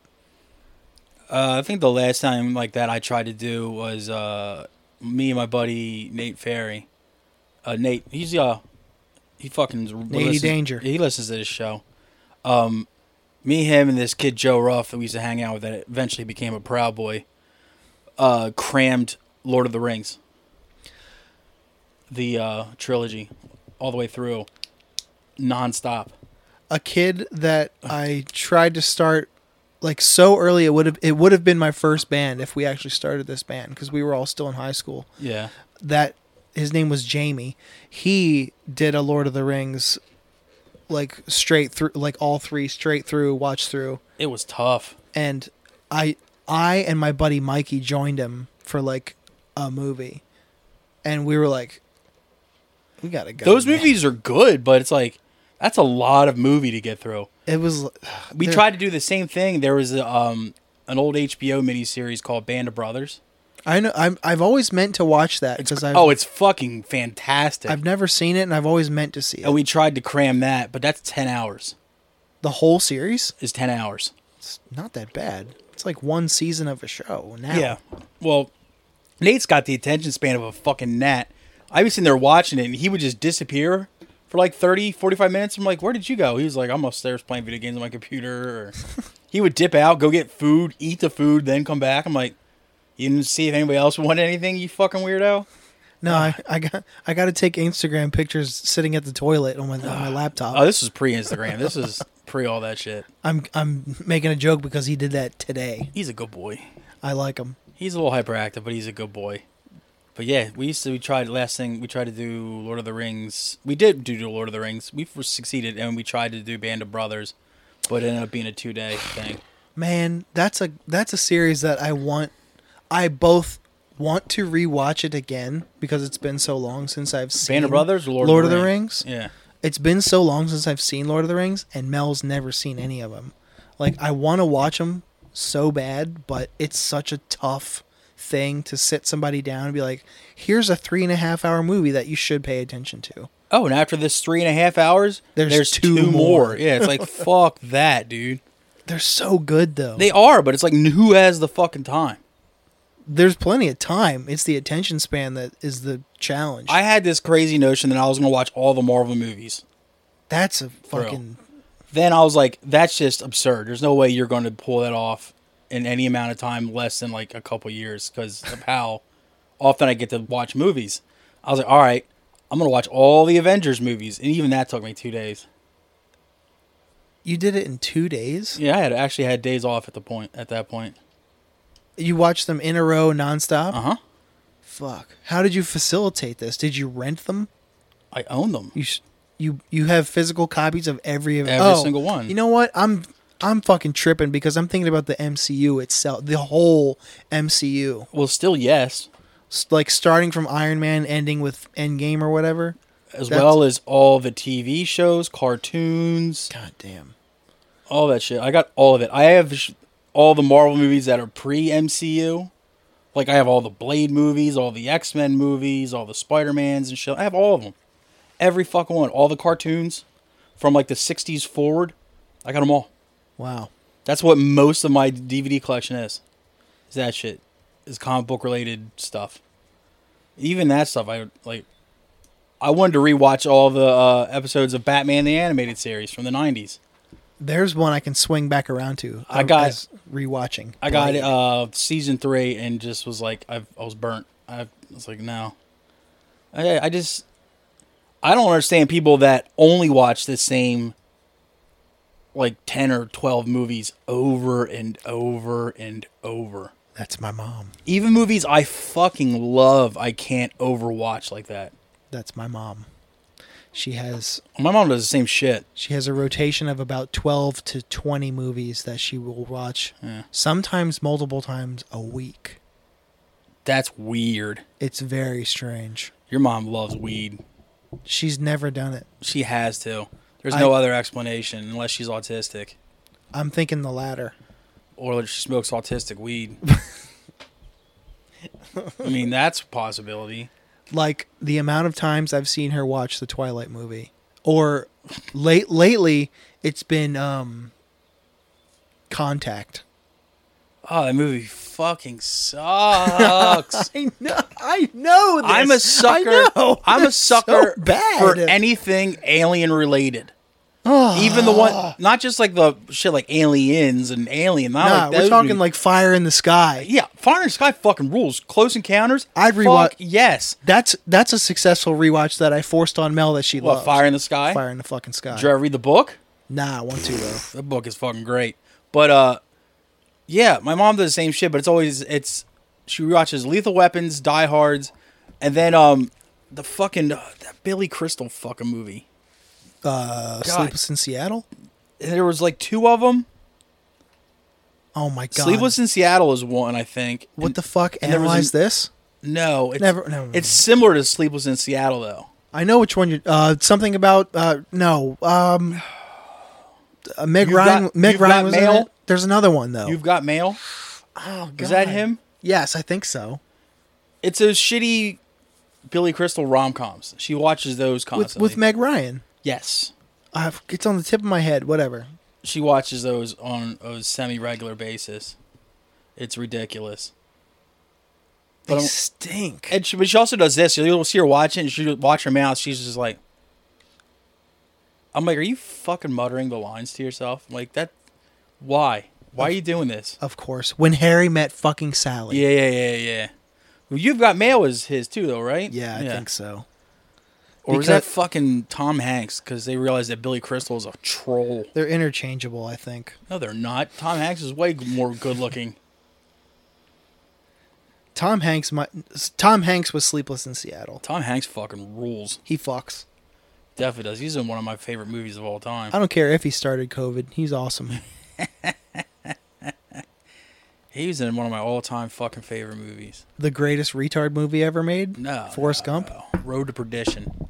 Speaker 2: Uh, I think the last time like that I tried to do was uh, me and my buddy Nate Ferry. Uh, Nate, he's uh, he fucking
Speaker 1: Natey Danger.
Speaker 2: He listens to this show. Um, me, him, and this kid Joe Ruff that we used to hang out with that eventually became a Proud Boy. Uh, crammed Lord of the Rings, the uh, trilogy, all the way through, nonstop.
Speaker 1: a kid that I tried to start like so early it would have it would have been my first band if we actually started this band because we were all still in high school
Speaker 2: Yeah.
Speaker 1: that his name was Jamie he did a Lord of the Rings like straight through like all three straight through watch through
Speaker 2: It was tough.
Speaker 1: and I I and my buddy Mikey joined him for like a movie and we were like we gotta go
Speaker 2: Those
Speaker 1: man.
Speaker 2: movies are good, but it's like that's a lot of movie to get through.
Speaker 1: it was
Speaker 2: We tried to do the same thing. There was a, um, an old HBO miniseries called Band of Brothers.
Speaker 1: I know I'm, I've always meant to watch that because I
Speaker 2: oh, it's fucking fantastic.
Speaker 1: I've never seen it, and I've always meant to see it.
Speaker 2: and Oh, we tried to cram that, but that's 10 hours.
Speaker 1: the whole series,
Speaker 2: Is 10 hours.
Speaker 1: it's not that bad. It's like one season of a show now.
Speaker 2: Yeah. Well, Nate's got the attention span of a fucking gnat. I was sitting there watching it, and he would just disappear for like 30, 45 minutes. I'm like, where did you go? He was like, I'm upstairs playing video games on my *laughs* computer. Or he would dip out, go get food, eat the food, then come back. I'm like, you didn't see if anybody else *laughs* wanted anything, you fucking weirdo?
Speaker 1: No, I, I got I got to take Instagram pictures sitting at the toilet on my, on
Speaker 2: *sighs*
Speaker 1: my laptop.
Speaker 2: Oh, this is pre Instagram. This is pre all that shit.
Speaker 1: I'm I'm making a joke because he did that today.
Speaker 2: He's a good boy.
Speaker 1: I like him.
Speaker 2: He's a little hyperactive, but he's a good boy. But yeah, we used to we tried last thing we tried to do Lord of the Rings. We did do the Lord of the Rings. We succeeded, and we tried to do Band of Brothers, but it ended up being a two day thing.
Speaker 1: Man, that's a that's a series that I want. I both want to rewatch it again because it's been so long since I've seen
Speaker 2: Band of Brothers, or Lord,
Speaker 1: Lord
Speaker 2: of the,
Speaker 1: Rings.
Speaker 2: Yeah,
Speaker 1: it's been so long since I've seen Lord of the Rings, and Mel's never seen any of them. Like, I want to watch them so bad, but it's such a tough thing to sit somebody down and be like, here's a three and a half hour movie that you should pay attention to.
Speaker 2: Oh, and after this three and a half hours,
Speaker 1: There's
Speaker 2: there's,
Speaker 1: two
Speaker 2: two,
Speaker 1: more.
Speaker 2: more. Yeah, it's like *laughs* fuck that, dude.
Speaker 1: They're so good, though.
Speaker 2: They are, but it's like who has the fucking time?
Speaker 1: There's plenty of time. It's the attention span that is the challenge.
Speaker 2: I had this crazy notion that I was gonna watch all the Marvel movies.
Speaker 1: That's a fucking.
Speaker 2: then I was like, that's just absurd. There's no way you're going to pull that off in any amount of time less than like a couple years because of how often I get to watch movies. I was like, all right, I'm going to watch all the Avengers movies. And even that took me two days.
Speaker 1: You did it in two days?
Speaker 2: Yeah, I had actually had days off at the point at that point.
Speaker 1: You watched them in a row nonstop?
Speaker 2: Uh huh.
Speaker 1: Fuck. How did you facilitate this? Did you rent them?
Speaker 2: I own them.
Speaker 1: You sh- you you have physical copies of every of
Speaker 2: Every single one.
Speaker 1: You know what? I'm I'm fucking tripping because I'm thinking about the MCU itself, the whole MCU,
Speaker 2: Well, still yes,
Speaker 1: S- like starting from Iron Man, ending with Endgame or whatever.
Speaker 2: as
Speaker 1: That's-
Speaker 2: well as all the TV shows, cartoons,
Speaker 1: God damn.
Speaker 2: all that shit. I got all of it. I have sh- all the Marvel movies that are pre MCU. Like I have all the Blade movies, all the X Men movies, all the Spider Mans and shit. I have all of them. Every fucking one. All the cartoons from like the '60s forward. I got them all.
Speaker 1: Wow.
Speaker 2: That's what most of my DVD collection is. Is that shit? Is comic book related stuff. Even that stuff. I like. I wanted to rewatch all the uh, episodes of Batman the Animated Series from the '90s.
Speaker 1: There's one I can swing back around to.
Speaker 2: I got-
Speaker 1: as rewatching.
Speaker 2: I got
Speaker 1: Blade.
Speaker 2: uh season three and just was like I I was burnt. I was like no, I I just I don't understand people that only watch the same like ten or twelve movies over and over and over.
Speaker 1: That's my mom.
Speaker 2: Even movies I fucking love, I can't overwatch like that.
Speaker 1: That's my mom. She has
Speaker 2: My mom does the same shit.
Speaker 1: She has a rotation of about 12 to 20 movies that she will watch,
Speaker 2: Yeah.
Speaker 1: sometimes multiple times a week.
Speaker 2: That's weird.
Speaker 1: It's very strange.
Speaker 2: Your mom loves weed.
Speaker 1: She's never done it.
Speaker 2: She has to. There's
Speaker 1: I-
Speaker 2: no other explanation unless she's autistic
Speaker 1: I'm thinking the latter.
Speaker 2: or that she smokes autistic *laughs* weed. I mean, that's a possibility.
Speaker 1: Like the amount of times I've seen her watch the Twilight movie, or late lately it's been um, Contact.
Speaker 2: Oh, that movie fucking sucks.
Speaker 1: I know. I know. This.
Speaker 2: *laughs* I'm a sucker.
Speaker 1: I know.
Speaker 2: *laughs* I'm a
Speaker 1: It's so
Speaker 2: sucker
Speaker 1: bad.
Speaker 2: for anything alien *sighs* related. Even the one, not just like the shit like aliens and alien. Not
Speaker 1: Nah,
Speaker 2: like
Speaker 1: we're
Speaker 2: those
Speaker 1: talking
Speaker 2: movies.
Speaker 1: like Fire in the Sky.
Speaker 2: yeah, Fire and Sky fucking rules. Close Encounters.
Speaker 1: I'd rewatch-
Speaker 2: Fuck yes.
Speaker 1: That's that's a successful rewatch that I forced on Mel that she
Speaker 2: What
Speaker 1: loves.
Speaker 2: Fire in the Sky?
Speaker 1: Fire in the fucking sky.
Speaker 2: Did you ever read the book?
Speaker 1: nah, I want to though.
Speaker 2: That book is fucking great. But uh, yeah, my mom does the same shit. But it's always it's she watches Lethal Weapons, Die Hard's, and then um the fucking uh, that Billy Crystal fucking movie.
Speaker 1: Uh, Sleepless in Seattle.
Speaker 2: And there was like two of them.
Speaker 1: Oh my god.
Speaker 2: Sleepless in Seattle is one, I think.
Speaker 1: What the fuck?
Speaker 2: there was
Speaker 1: Analyze
Speaker 2: an-
Speaker 1: this.
Speaker 2: No, it's,
Speaker 1: Never- never mind.
Speaker 2: It's similar to Sleepless in Seattle, though.
Speaker 1: I know which one you. Uh, something about. Uh, no. Um. uh, Meg
Speaker 2: You've
Speaker 1: Ryan.
Speaker 2: got-
Speaker 1: Meg
Speaker 2: you've
Speaker 1: Ryan
Speaker 2: got
Speaker 1: was in
Speaker 2: mail?
Speaker 1: it. There's another one though.
Speaker 2: You've got mail.
Speaker 1: oh,
Speaker 2: Is that
Speaker 1: God.
Speaker 2: him?
Speaker 1: Yes, I think so.
Speaker 2: It's those shitty Billy Crystal rom coms. She watches those
Speaker 1: With
Speaker 2: constantly.
Speaker 1: with Meg Ryan.
Speaker 2: yes,
Speaker 1: I've, it's on the tip of my head. Whatever.
Speaker 2: she watches those on a semi regular basis. It's ridiculous.
Speaker 1: They
Speaker 2: But I'm-
Speaker 1: stink.
Speaker 2: And she, but she also does this. You'll see her watching. And she watch her mouth. She's just like, I'm like, are you fucking muttering the lines to yourself? I'm like that? Why? Why are you doing this?
Speaker 1: of course. When Harry met fucking Sally.
Speaker 2: Yeah, yeah, yeah, yeah. Well, you've got mail is his too, though, right?
Speaker 1: Yeah, I think so.
Speaker 2: Or was that
Speaker 1: Because-
Speaker 2: fucking Tom Hanks? Because they realized that Billy Crystal is a troll.
Speaker 1: They're interchangeable, I think.
Speaker 2: No, they're not. Tom Hanks is way more good looking.
Speaker 1: Tom Hanks might, Tom Hanks was sleepless in Seattle.
Speaker 2: Tom Hanks fucking rules.
Speaker 1: He fucks.
Speaker 2: Definitely does. He's in one of my favorite movies of all time.
Speaker 1: I don't care if he started COVID. He's awesome.
Speaker 2: He's in one of my all-time fucking favorite movies.
Speaker 1: The greatest retard movie ever made?
Speaker 2: No.
Speaker 1: Forrest
Speaker 2: no,
Speaker 1: Gump?
Speaker 2: no. Road
Speaker 1: *laughs*
Speaker 2: to Perdition.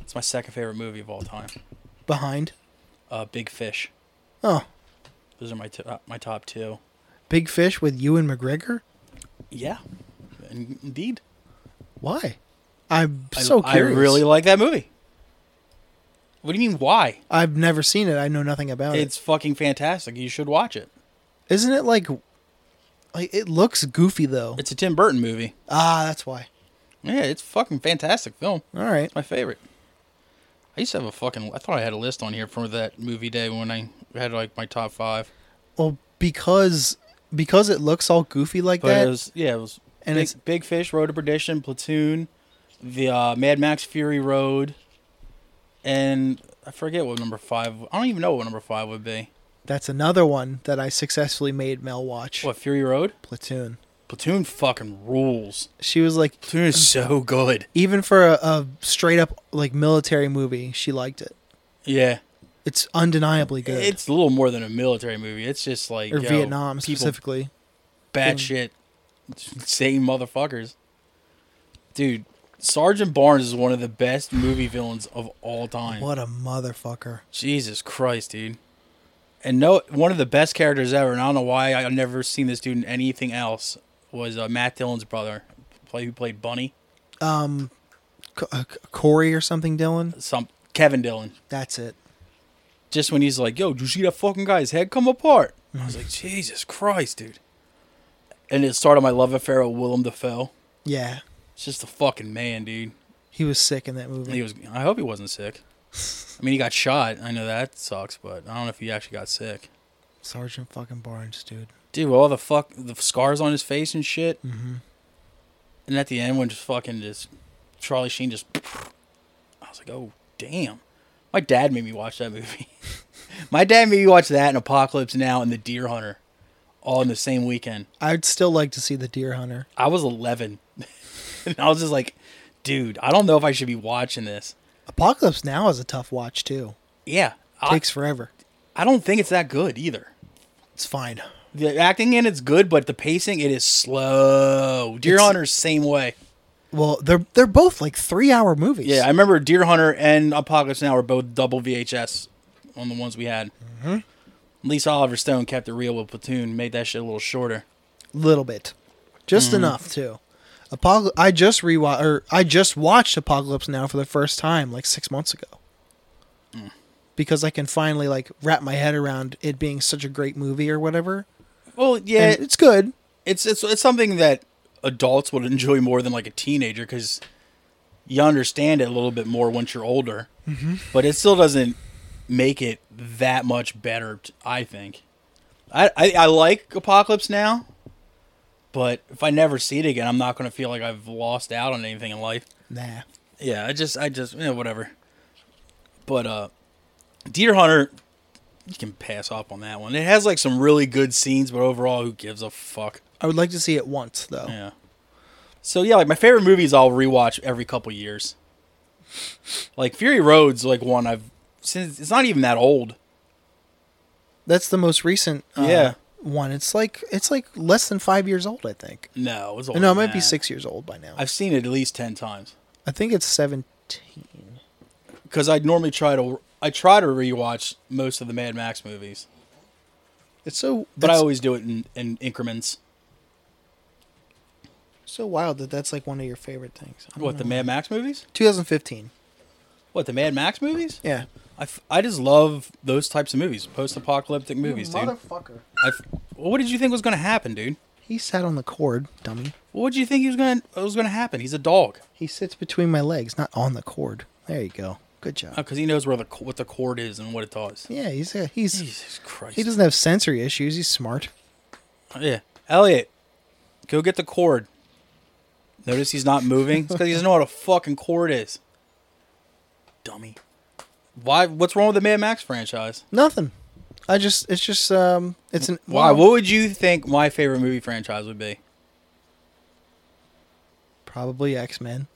Speaker 2: it's my second favorite movie of all time.
Speaker 1: Behind?
Speaker 2: Uh, Big Fish.
Speaker 1: Oh.
Speaker 2: Those are my t- uh, my top two.
Speaker 1: Big Fish with Ewan McGregor?
Speaker 2: Yeah, In- indeed.
Speaker 1: Why? I'm
Speaker 2: I-
Speaker 1: so curious.
Speaker 2: I really like that movie. What do you mean? Why?
Speaker 1: I've never seen it. I know nothing about
Speaker 2: It's fucking fantastic. You should watch it.
Speaker 1: it. Isn't it like like it looks goofy though.
Speaker 2: It's a Tim Burton movie.
Speaker 1: Ah, that's why.
Speaker 2: Yeah, it's a fucking fantastic film.
Speaker 1: All right.
Speaker 2: It's my favorite. I used to have a fucking. I thought I had a list on here from that movie day when I had like my top five.
Speaker 1: Well, because because it looks all goofy like
Speaker 2: But
Speaker 1: that.
Speaker 2: it was yeah, it was
Speaker 1: and
Speaker 2: and big,
Speaker 1: it's-
Speaker 2: Big Fish, Road to Perdition, Platoon, the uh, Mad Max Fury Road, and I forget what number five. I don't even know what number five would be.
Speaker 1: that's another one that I successfully made Mel watch.
Speaker 2: What Fury Road?
Speaker 1: Platoon.
Speaker 2: Platoon fucking rules.
Speaker 1: She was like
Speaker 2: Platoon is so good.
Speaker 1: even for a, a straight up like military movie, she liked it.
Speaker 2: Yeah.
Speaker 1: It's undeniably good.
Speaker 2: It's a little more than a military movie. It's just like
Speaker 1: or
Speaker 2: yo,
Speaker 1: Vietnam
Speaker 2: people
Speaker 1: specifically.
Speaker 2: bad shit, same motherfuckers. Dude, Sergeant Barnes is one of the best movie villains of all time.
Speaker 1: What a motherfucker.
Speaker 2: Jesus Christ, dude. And no, one of the best characters ever, and I don't know why I- I've never seen this dude in anything else. Was uh, Matt Dillon's brother, play who played Bunny?
Speaker 1: Um C- uh, C- Corey or something Dylan.
Speaker 2: Some Kevin Dillon.
Speaker 1: That's it.
Speaker 2: Just when he's like, "Yo, did you see that fucking guy's head come apart?" I was like, "Jesus Christ, dude!" And it started my love affair with Willem Dafoe.
Speaker 1: Yeah.
Speaker 2: It's just a fucking man, dude.
Speaker 1: He was sick in that movie.
Speaker 2: He was. I hope he wasn't sick. I mean, he got shot. I know that sucks, but I don't know if he actually got sick.
Speaker 1: Sergeant fucking Barnes, dude.
Speaker 2: Dude, with all the fuck, the scars on his face and shit. Mm-hmm. And at the end, when just fucking just Charlie Sheen just, I was like, oh damn. My dad made me watch that movie. *laughs* My dad made me watch that and Apocalypse Now and The Deer Hunter, all in the same weekend.
Speaker 1: I'd still like to see The Deer Hunter.
Speaker 2: I was 11, *laughs* and I was just like, dude, I don't know if I should be watching this.
Speaker 1: Apocalypse Now is a tough watch too.
Speaker 2: Yeah, I,
Speaker 1: Takes forever.
Speaker 2: I don't think it's that good either.
Speaker 1: It's fine.
Speaker 2: The acting in it's good, but the pacing it is slow. Deer
Speaker 1: It's-
Speaker 2: Hunter's same way.
Speaker 1: Well, they're they're both like three hour movies.
Speaker 2: Yeah, I remember Deer Hunter and Apocalypse Now were both double VHS on the ones we had. At least Oliver Stone kept it real with Platoon, made that shit a little shorter.
Speaker 1: little bit, just
Speaker 2: Mm-hmm.
Speaker 1: enough too. Apocalypse. I just rewatched or I just watched Apocalypse Now for the first time like six months ago,
Speaker 2: Mm.
Speaker 1: because I can finally like wrap my head around it being such a great movie or whatever.
Speaker 2: Well, yeah,
Speaker 1: And it's good.
Speaker 2: it's it's it's something that adults would enjoy more than like a teenager because you understand it a little bit more once you're older. Mm-hmm. But it still doesn't make it that much better. t- I think. I, I I like Apocalypse Now, but if I never see it again, I'm not gonna feel like I've lost out on anything in life.
Speaker 1: Nah,
Speaker 2: Yeah, I just, I just, yeah, whatever. But uh, Deer Hunter, you can pass off on that one. It has like some really good scenes, but overall, who gives a fuck?
Speaker 1: I would like to see it once though.
Speaker 2: Yeah. So yeah, like my favorite movies, I'll rewatch every couple years. Like Fury Road's like one I've since it's not even that old.
Speaker 1: That's the most recent. Uh,
Speaker 2: Yeah.
Speaker 1: One. It's like it's like less than five years old. I think.
Speaker 2: No, it's older
Speaker 1: No, it
Speaker 2: than
Speaker 1: might be
Speaker 2: that.
Speaker 1: six years old by now. i
Speaker 2: I've seen it at least ten times
Speaker 1: think it's seventeen.
Speaker 2: because I normally try to I try to rewatch most of the Mad Max movies,
Speaker 1: It's so.
Speaker 2: but I
Speaker 1: it's
Speaker 2: always do it in, in increments.
Speaker 1: so wild that that's like one of your favorite things. I don't
Speaker 2: What the
Speaker 1: know.
Speaker 2: Mad Max movies?
Speaker 1: 2015.
Speaker 2: What the Mad Max movies?
Speaker 1: Yeah.
Speaker 2: I, f- I just love those types of movies, post-apocalyptic movies, dude.
Speaker 1: Motherfucker.
Speaker 2: I f- well, what did you think was going to happen, dude?
Speaker 1: He sat on the cord, dummy.
Speaker 2: What did you think he was going to was going to happen? He's a dog
Speaker 1: He sits between my legs, not on the cord. There you go. Good job.
Speaker 2: because Oh, he knows where the co- what the cord is and what it does.
Speaker 1: Yeah, he's a, he's
Speaker 2: Jesus Christ! Uh,
Speaker 1: he doesn't have sensory issues. He's smart.
Speaker 2: Yeah, Elliot, go get the cord. Notice he's not moving. It's because he doesn't know what a fucking cord is. Dummy. Why? What's wrong with the Mad Max franchise?
Speaker 1: Nothing. I just it's just um it's an
Speaker 2: Why? What would you think my favorite movie franchise would be?
Speaker 1: probably X Men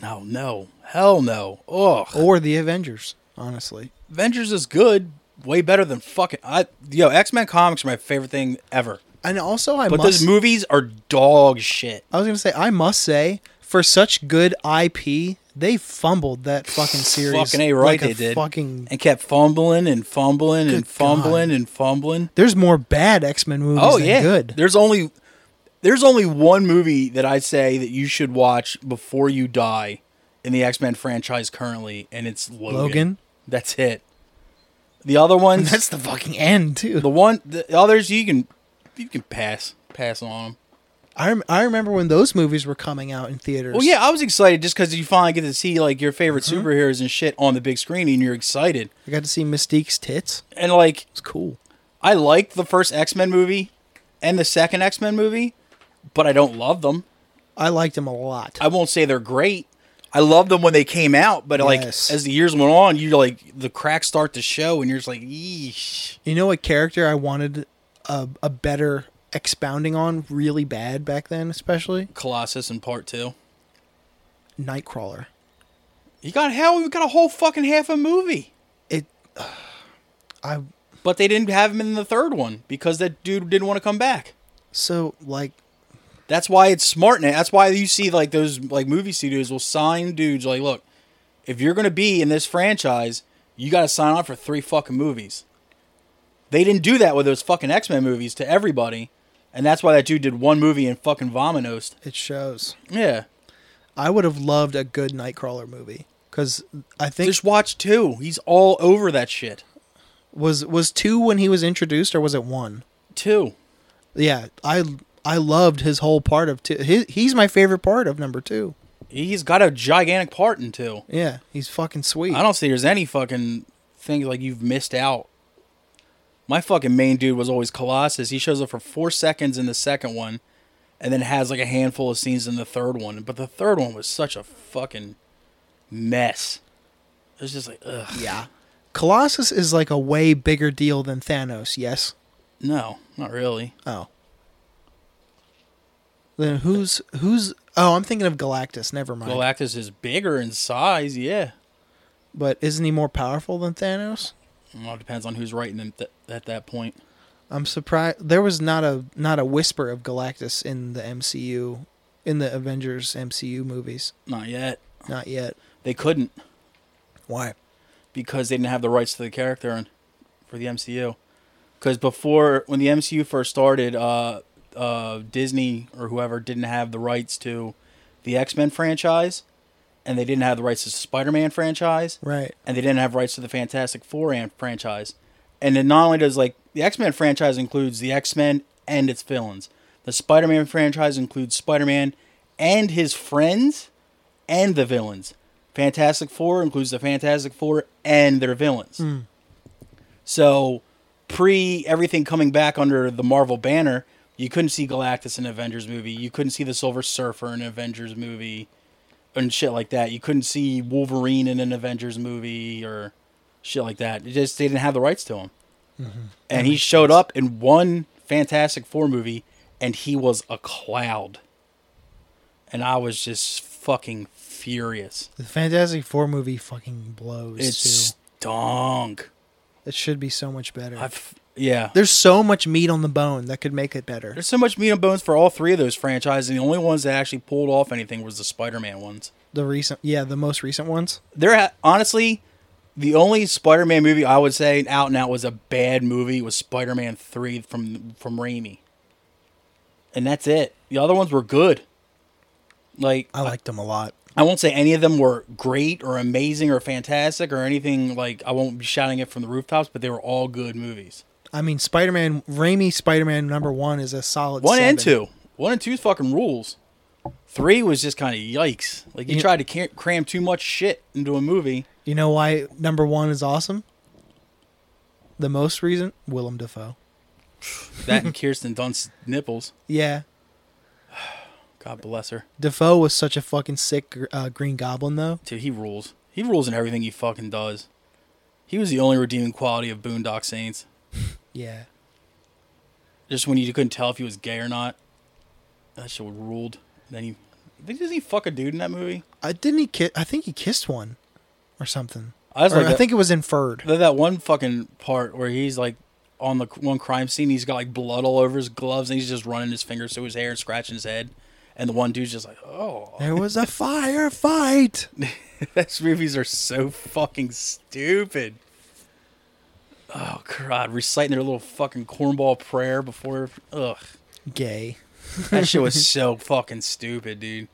Speaker 2: No, Oh, no, hell no. Ugh.
Speaker 1: or the Avengers. Honestly,
Speaker 2: Avengers is good, way better than fucking I yo, X Men comics are my favorite thing ever.
Speaker 1: and also I
Speaker 2: But
Speaker 1: must.
Speaker 2: those movies are dog shit.
Speaker 1: I was gonna say I must say for such good IP, they fumbled that fucking series.
Speaker 2: Fucking A right
Speaker 1: like a
Speaker 2: they did.
Speaker 1: Fucking.
Speaker 2: And kept fumbling and fumbling
Speaker 1: Good
Speaker 2: and fumbling and fumbling.
Speaker 1: There's more bad X Men movies
Speaker 2: Oh
Speaker 1: than
Speaker 2: yeah.
Speaker 1: good.
Speaker 2: There's only there's only one movie that I say that you should watch before you die in the X Men franchise currently, and it's Logan.
Speaker 1: Logan?
Speaker 2: That's it. The other
Speaker 1: *laughs* *laughs*
Speaker 2: ones
Speaker 1: That's the fucking end too.
Speaker 2: the one the others you can you can pass pass on them.
Speaker 1: I, rem- I remember when those movies were coming out in theaters.
Speaker 2: Well, yeah, I was excited just because you finally get to see like your favorite superheroes and shit on the big screen, and you're excited.
Speaker 1: I got to see Mystique's tits.
Speaker 2: And like,
Speaker 1: It's cool.
Speaker 2: I liked the first X Men movie and the second X Men movie, but I don't love them.
Speaker 1: I liked him a lot.
Speaker 2: I won't say they're great. I loved them when they came out, but like
Speaker 1: Yes.
Speaker 2: as the years went on, you like the cracks start to show, and you're just like, yeesh.
Speaker 1: you know what character I wanted a, a better expounding on really bad back then, especially
Speaker 2: Colossus in part two.
Speaker 1: Nightcrawler.
Speaker 2: You got hell, we got a whole fucking half a movie,
Speaker 1: It, *sighs* I
Speaker 2: but they didn't have him in the third one because that dude didn't want to come back.
Speaker 1: so like
Speaker 2: That's why it's smart now. That's why you see like those like movie studios will sign dudes like, look, if you're gonna be in this franchise, you gotta sign on for three fucking movies. They didn't do that with those fucking X Men movies to everybody, and that's why that dude did one movie and fucking vominosed.
Speaker 1: it shows.
Speaker 2: Yeah,
Speaker 1: I would have loved a good Nightcrawler movie because I think
Speaker 2: just watch two. He's all over that shit.
Speaker 1: was was two when he was introduced or was it one?
Speaker 2: Two.
Speaker 1: Yeah, I I loved his whole part of two. He, he's my favorite part of number two.
Speaker 2: He's got a gigantic part in two.
Speaker 1: Yeah, he's fucking sweet.
Speaker 2: I don't see there's any fucking thing like you've missed out. My fucking main dude was always Colossus. He shows up for four seconds in the second one, and then has like a handful of scenes in the third one. But the third one was such a fucking mess. It was just like, ugh,
Speaker 1: Yeah. Colossus is like a way bigger deal than Thanos, yes?
Speaker 2: no, not really.
Speaker 1: Oh. Then who's who's Oh, I'm thinking of Galactus, never mind.
Speaker 2: Galactus is bigger in size, yeah.
Speaker 1: but isn't he more powerful than Thanos?
Speaker 2: Well, it depends on who's writing them th- at that point.
Speaker 1: I'm surprised there was not a not a whisper of Galactus in the MCU in the Avengers MCU movies.
Speaker 2: Not yet.
Speaker 1: Not yet.
Speaker 2: They couldn't
Speaker 1: Why?
Speaker 2: because they didn't have the rights to the character and for the MCU. Because before, when the MCU first started, uh, uh, Disney or whoever didn't have the rights to the X Men franchise, and they didn't have the rights to the Spider Man franchise,
Speaker 1: Right.
Speaker 2: and they didn't have rights to the Fantastic Four and franchise. And then not only does like the X Men franchise includes the X Men and its villains, the Spider Man franchise includes Spider Man and his friends and the villains. Fantastic Four includes the Fantastic Four and their villains. So, pre everything coming back under the Marvel banner, you couldn't see Galactus in an Avengers movie. You couldn't see the Silver Surfer in an Avengers movie and shit like that. You couldn't see Wolverine in an Avengers movie or shit like that. It just they didn't have the rights to him. And he showed up in one Fantastic Four movie, and he was a cloud. And I was just fucking furious.
Speaker 1: The Fantastic Four movie fucking blows
Speaker 2: It
Speaker 1: too.
Speaker 2: stunk.
Speaker 1: It should be so much better.
Speaker 2: I've yeah.
Speaker 1: There's so much meat on the bone that could make it better.
Speaker 2: There's so much meat and bones for all three of those franchises, and the only ones that actually pulled off anything was the Spider-Man ones.
Speaker 1: The recent, yeah, the most recent ones.
Speaker 2: There, ha- honestly, the only Spider-Man movie I would say out and out was a bad movie was Spider-Man Three from from Raimi, and that's it. The other ones were good. Like
Speaker 1: I liked them a lot.
Speaker 2: I won't say any of them were great or amazing or fantastic or anything. Like I won't be shouting it from the rooftops, but they were all good movies.
Speaker 1: I mean, Spider Man, Raimi Spider Man number one is a solid
Speaker 2: One and
Speaker 1: seven.
Speaker 2: two. One and two's fucking rules. Three was just kind of yikes. Like you
Speaker 1: Yeah.
Speaker 2: tried to cram, cram too much shit into a movie.
Speaker 1: You know why number one is awesome? The most recent, Willem Dafoe. *laughs*
Speaker 2: That and Kirsten Dunst's nipples.
Speaker 1: Yeah,
Speaker 2: God bless her,
Speaker 1: Dafoe was such a fucking sick gr- uh, Green Goblin though.
Speaker 2: dude. He rules. He rules in everything he fucking does. He was the only redeeming quality of Boondock Saints.
Speaker 1: Yeah,
Speaker 2: Just when you couldn't tell if he was gay or not, that shit ruled. Then he, I think does he fuck a dude in that movie?
Speaker 1: I Uh, didn't he. Ki- I think he kissed one, or something.
Speaker 2: I was
Speaker 1: Or
Speaker 2: like,
Speaker 1: I think it was inferred.
Speaker 2: Th- that one fucking part where he's like on the c- one crime scene, he's got like blood all over his gloves, and he's just running his fingers through his hair and scratching his head. And the one dude's just like, "Oh,
Speaker 1: There was a firefight.
Speaker 2: *laughs* those movies are so fucking stupid." Oh god, reciting their little fucking cornball prayer before. Ugh,
Speaker 1: Gay.
Speaker 2: that
Speaker 1: *laughs*
Speaker 2: shit was so fucking stupid, dude.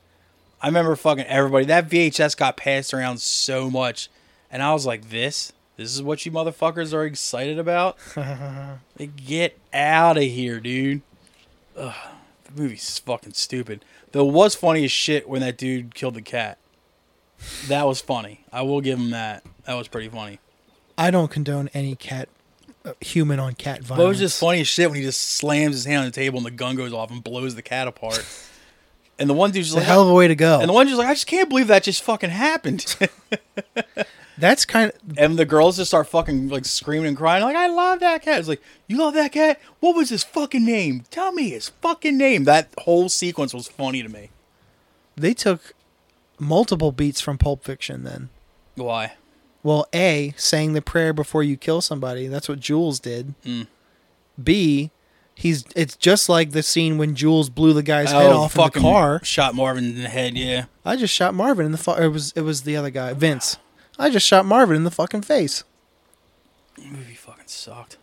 Speaker 2: I remember fucking everybody. That VHS got passed around so much, and I was like, "This, this is what you motherfuckers are
Speaker 1: *laughs*
Speaker 2: excited about." Like, get out of here, dude. Ugh, the movie's fucking stupid. Though it was funny as shit when that dude killed the cat. That was funny. I will give him that. That was pretty funny.
Speaker 1: I don't condone any cat, uh, human on cat violence.
Speaker 2: But it was just funny as shit when he just slams his hand on the table and the gun goes off and blows the
Speaker 1: *laughs*
Speaker 2: cat apart. And the one dude's just
Speaker 1: a
Speaker 2: like,
Speaker 1: hell of a way to go.
Speaker 2: and the one dude's like, I just can't believe that just fucking happened.
Speaker 1: That's kind of
Speaker 2: and the girls just start fucking like screaming and crying, like, I love that cat. It's like, you love that cat? What was his fucking name? Tell me his fucking name. That whole sequence was funny to me.
Speaker 1: they took multiple beats from Pulp Fiction. Then,
Speaker 2: Why?
Speaker 1: well, a saying the prayer before you kill somebody. That's what Jules did.
Speaker 2: Mm.
Speaker 1: B, he's it's just like the scene when Jules blew the guy's head off in the car.
Speaker 2: Oh, Shot Marvin in the head, yeah.
Speaker 1: I just shot Marvin in the fu- or it was it was the other guy Vince. I just shot Marvin in the fucking face.
Speaker 2: The movie fucking sucked.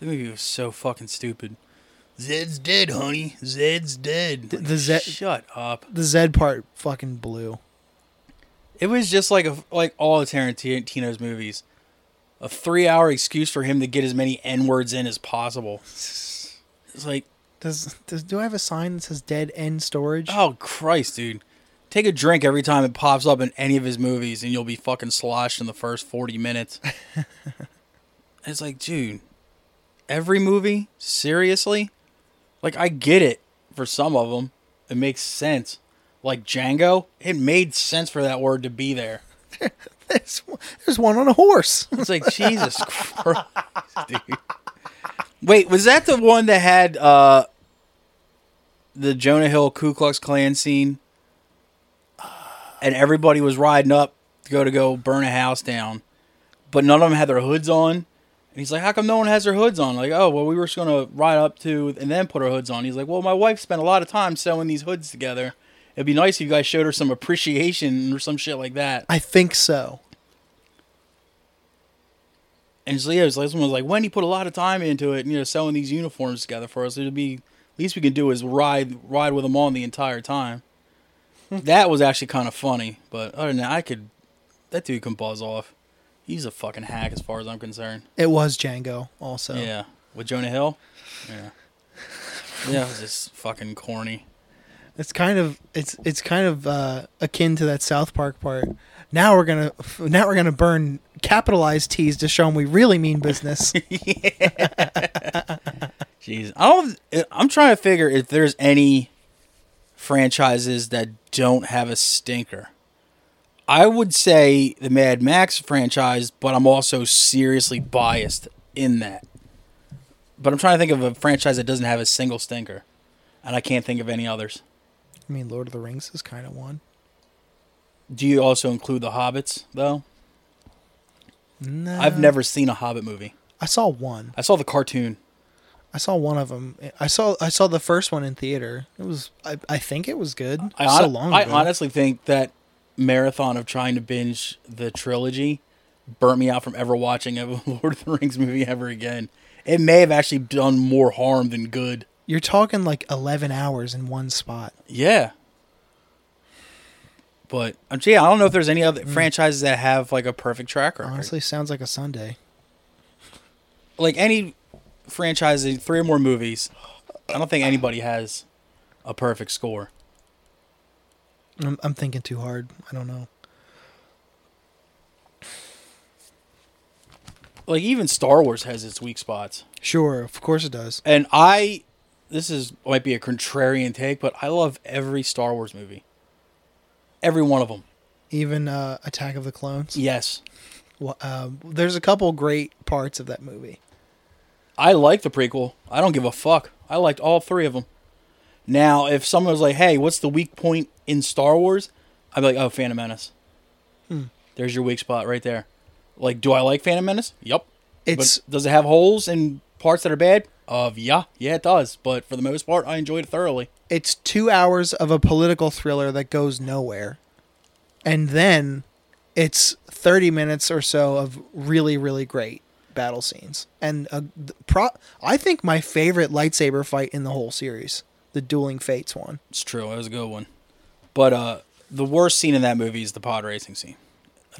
Speaker 2: The movie was so fucking stupid. Zed's dead, honey. Zed's dead.
Speaker 1: The- the Zed-
Speaker 2: Shut up.
Speaker 1: The Zed part fucking blew.
Speaker 2: It was just like a, like all of Tarantino's movies, a three hour excuse for him to get as many n words in as possible. It's like,
Speaker 1: Does, does do I have a sign that says dead end storage?
Speaker 2: oh Christ, dude. Take a drink every time it pops up in any of his movies, and you'll be fucking sloshed in the first forty minutes. it's like, dude, every movie, seriously, like I get it for some of them, it makes sense. Like Django, it made sense for that word to be there.
Speaker 1: *laughs* There's, there's one on a horse. *laughs*
Speaker 2: It's like Jesus Christ, dude. Wait, was that the one that had uh the Jonah Hill Ku Klux Klan scene? And everybody was riding up to go to go burn a house down, but none of them had their hoods on, And he's like, "How come no one has their hoods on?" Like, "Oh, well, we were just gonna ride up to and then put our hoods on." He's like, "Well, my wife spent a lot of time sewing these hoods together. It'd be nice if you guys showed her some appreciation or some shit like that."
Speaker 1: I think so.
Speaker 2: And so yeah, his last one was like, "When he put a lot of time into it, you know, sewing these uniforms together for us, it'd be least we can do is ride ride with him on the entire time." that was actually kind of funny, but other than that, I could that dude can buzz off. He's a fucking hack as far as I'm concerned.
Speaker 1: It was Django also.
Speaker 2: Yeah, with Jonah Hill. Yeah, yeah, it was just fucking corny.
Speaker 1: It's kind of it's it's kind of uh, akin to that South Park part. Now we're gonna now we're gonna burn capitalized T's to show them we really mean
Speaker 2: *laughs*
Speaker 1: business.
Speaker 2: Jeez, I don't. I'm trying to figure if there's any franchises that don't have a stinker. I would say the Mad Max franchise, but I'm also seriously biased in that. But I'm trying to think of a franchise that doesn't have a single stinker, and I can't think of any others.
Speaker 1: I mean, Lord of the Rings is kind of one.
Speaker 2: Do you also include the Hobbits though?
Speaker 1: No,
Speaker 2: I've never seen a Hobbit movie.
Speaker 1: I saw one.
Speaker 2: I saw the cartoon.
Speaker 1: I saw one of them. I saw I saw the first one in theater. It was I, I think it was good.
Speaker 2: I,
Speaker 1: so
Speaker 2: hon-
Speaker 1: long
Speaker 2: I
Speaker 1: ago.
Speaker 2: honestly think that marathon of trying to binge the trilogy burnt me out from ever watching a *laughs* Lord of the Rings movie ever again. It may have actually done more harm than good.
Speaker 1: You're talking like 11 hours in one spot.
Speaker 2: Yeah. But I'm yeah, I don't know if there's any other franchises that have like a perfect track record.
Speaker 1: Mm. Honestly, sounds like a Sunday.
Speaker 2: Like any franchise, in three or more movies, I don't think anybody has a perfect score.
Speaker 1: I'm, I'm thinking too hard. I don't know.
Speaker 2: Like even Star Wars has its weak spots.
Speaker 1: Sure, of course it does.
Speaker 2: And I, this is might be a contrarian take, but I love every Star Wars movie. Every one of them.
Speaker 1: Even uh, Attack of the Clones.
Speaker 2: Yes,
Speaker 1: Well, um, there's a couple great parts of that movie.
Speaker 2: I like the prequel. I don't give a fuck. I liked all three of them. Now, if someone was like, "Hey, what's the weak point in Star Wars?" I'd be like, "Oh, Phantom Menace." There's your weak spot right there. Like, do I like Phantom Menace? Yep.
Speaker 1: It's
Speaker 2: but does it have holes and parts that are bad? Of yeah, yeah, it does. But for the most part, I enjoyed it thoroughly.
Speaker 1: it's two hours of a political thriller that goes nowhere, and then it's 30 minutes or so of really really great battle scenes. And uh, the pro- I think my favorite lightsaber fight in the whole series, the Dueling Fates one.
Speaker 2: It's true. It was a good one. But uh, the worst scene in that movie is the pod racing scene.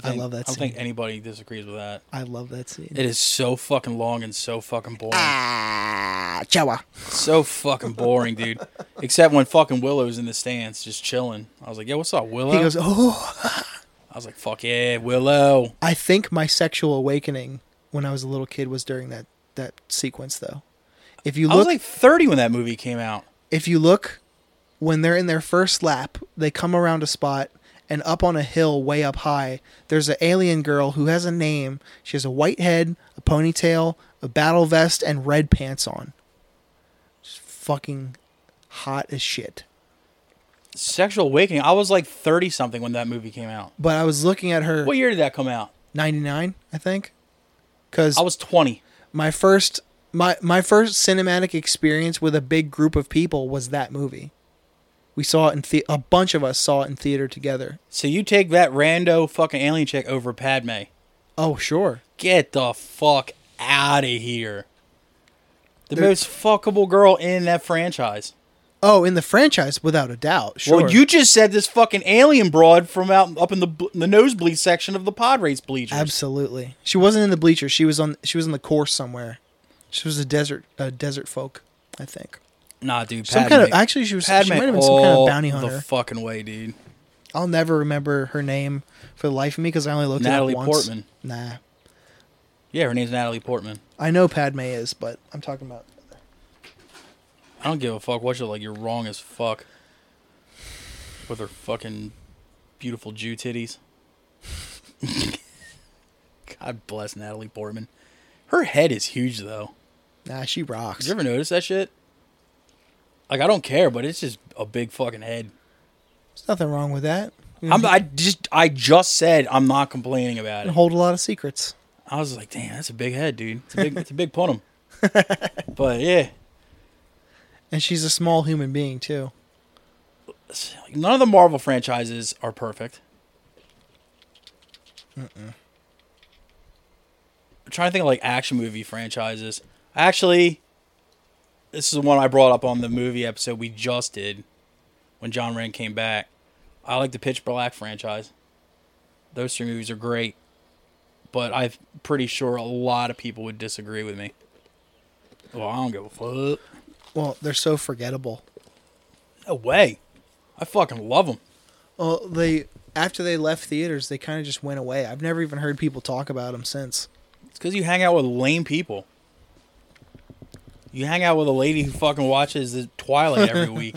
Speaker 1: I love that
Speaker 2: I don't
Speaker 1: scene.
Speaker 2: think anybody disagrees with that.
Speaker 1: I love that scene.
Speaker 2: It is so fucking long and so fucking boring.
Speaker 1: Ah, Jawa.
Speaker 2: So fucking boring, dude. Except when fucking Willow's in the stands just chilling. I was like, yeah, what's up, Willow?
Speaker 1: He goes, oh.
Speaker 2: I was like, fuck yeah, Willow.
Speaker 1: I think my sexual awakening when I was a little kid was during that that sequence though. If you
Speaker 2: I was
Speaker 1: look
Speaker 2: like 30 when that movie came out.
Speaker 1: if you look when they're in their first lap, they come around a spot and up on a hill way up high, there's an alien girl who has a name. She has a white head, a ponytail, a battle vest and red pants on. She's fucking hot as shit.
Speaker 2: Sexual Awakening. I was like 30 something when that movie came out.
Speaker 1: But I was looking at her
Speaker 2: What year did that come out?
Speaker 1: 99, I think. Cuz
Speaker 2: I was 20.
Speaker 1: my first my my first cinematic experience with a big group of people was that movie. We saw it in the- a bunch of us saw it in theater together.
Speaker 2: So you take that rando fucking alien chick over Padme.
Speaker 1: Oh sure,
Speaker 2: get the fuck out of here. The
Speaker 1: There-
Speaker 2: most fuckable girl in that franchise.
Speaker 1: oh in the franchise without a doubt. Sure,
Speaker 2: Well, you just said this fucking alien broad from out up in the bl- the nosebleed section of the pod race bleachers.
Speaker 1: absolutely. She wasn't in the bleachers. She was on she was in the course somewhere. She was a desert a desert folk, I think.
Speaker 2: nah, dude.
Speaker 1: Some
Speaker 2: Padme-
Speaker 1: kind of actually she was
Speaker 2: Padme
Speaker 1: she might have been some kind
Speaker 2: all
Speaker 1: of bounty hunter.
Speaker 2: The fucking way, dude.
Speaker 1: I'll never remember her name for the life of me because I only looked
Speaker 2: Natalie
Speaker 1: it up once.
Speaker 2: Portman.
Speaker 1: Nah,
Speaker 2: Yeah, her name's Natalie Portman.
Speaker 1: I know Padme is, but I'm talking about
Speaker 2: I don't give a fuck. Watch it like you're wrong as fuck. With her fucking beautiful Jew titties. *laughs* God bless Natalie Portman. Her head is huge though.
Speaker 1: nah. She rocks.
Speaker 2: Did you ever notice that shit? Like I don't care, but it's just a big fucking head.
Speaker 1: There's nothing wrong with that. You
Speaker 2: I'm I just I just said I'm not complaining about
Speaker 1: can
Speaker 2: it.
Speaker 1: hold a lot of secrets.
Speaker 2: I was like, damn, that's a big head, dude. It's a big, it's a big punim. but yeah,
Speaker 1: And she's a small human being too.
Speaker 2: it's- none of the Marvel franchises are perfect. I'm trying to think of like action movie franchises. Actually, this is the one I brought up on the movie episode we just did when John Wren came back. I like the Pitch Black franchise. Those three movies are great, but I'm pretty sure a lot of people would disagree with me. Well, I don't give a fuck.
Speaker 1: Well, they're so forgettable.
Speaker 2: No way. I fucking love them.
Speaker 1: Well, they after they left theaters, they kind of just went away. I've never even heard people talk about them since.
Speaker 2: It's because you hang out with lame people. You hang out with a lady who fucking watches the Twilight every week.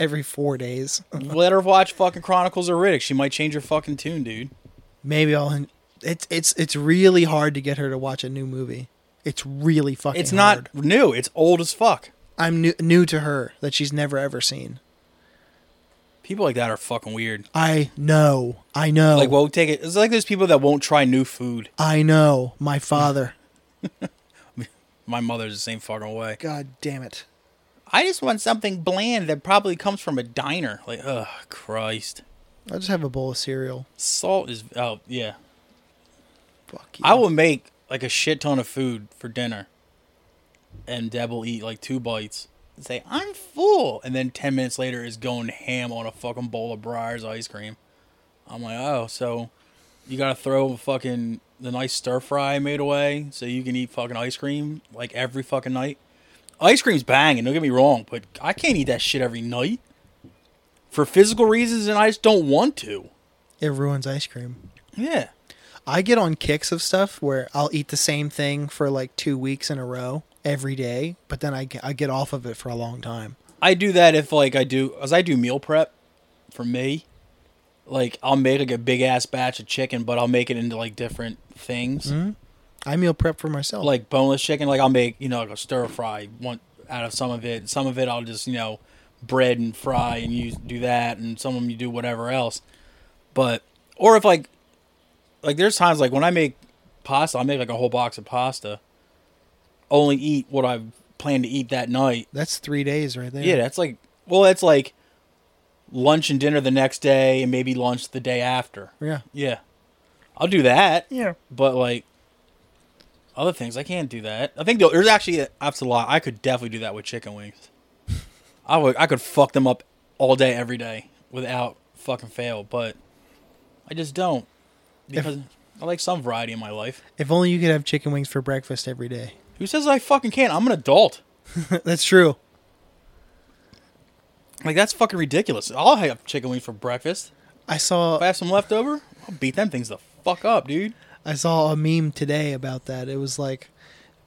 Speaker 1: Every four days, *laughs*
Speaker 2: Let her watch fucking Chronicles of Riddick. She might change her fucking tune, dude.
Speaker 1: maybe I'll. It's it's it's really hard to get her to watch a new movie. It's really fucking.
Speaker 2: It's not
Speaker 1: hard.
Speaker 2: new. It's old as fuck.
Speaker 1: I'm new new to her that she's never ever seen.
Speaker 2: People like that are fucking weird.
Speaker 1: I know. I know.
Speaker 2: Like, well, take it. It's like those people that won't try new food.
Speaker 1: I know. My
Speaker 2: *laughs*
Speaker 1: father.
Speaker 2: My mother's the same fucking way.
Speaker 1: God damn it.
Speaker 2: I just want something bland that probably comes from a diner. Like, ugh, Christ.
Speaker 1: I'll just have a bowl of cereal.
Speaker 2: Salt is. Oh, yeah.
Speaker 1: Fuck you.
Speaker 2: I will make like a shit ton of food for dinner, and Deb will eat like two bites and say, "I'm full," and then ten minutes later is going ham on a fucking bowl of Breyer's ice cream. I'm like, oh, so you gotta throw a fucking the nice stir fry I made away so you can eat fucking ice cream like every fucking night. Ice cream's banging. Don't get me wrong, but I can't eat that shit every night for physical reasons, and I just don't want to.
Speaker 1: It ruins ice cream.
Speaker 2: Yeah.
Speaker 1: I get on kicks of stuff where I'll eat the same thing for like two weeks in a row every day, but then I, ge- I get off of it for a long time.
Speaker 2: I do that if like I do as I do meal prep for me. Like I'll make like a big ass batch of chicken, but I'll make it into like different things,
Speaker 1: I meal prep for myself.
Speaker 2: like boneless chicken. Like I'll make you know like a stir fry one out of some of it. Some of it I'll just you know bread and fry and you do that, and some of them you do whatever else. But or if like like there's times like when I make pasta, I make like a whole box of pasta. Only eat what I plan to eat that night,
Speaker 1: That's three days right there.
Speaker 2: yeah, that's like well, that's like lunch and dinner the next day, and maybe lunch the day after.
Speaker 1: Yeah.
Speaker 2: Yeah, I'll do that.
Speaker 1: Yeah.
Speaker 2: But like other things, I can't do that. I think there's actually that's a lot. I could definitely do that with chicken wings. I would. I could fuck them up all day, every day without fucking fail. But I just don't because I like some variety in my life.
Speaker 1: If only you could have chicken wings for breakfast every day. *laughs*
Speaker 2: Who says I fucking can't? I'm an adult.
Speaker 1: That's true.
Speaker 2: Like that's fucking ridiculous. I'll have chicken wings for breakfast.
Speaker 1: I saw
Speaker 2: If I have some leftover, I'll beat them things the fuck up, dude.
Speaker 1: I saw a meme today about that. It was like,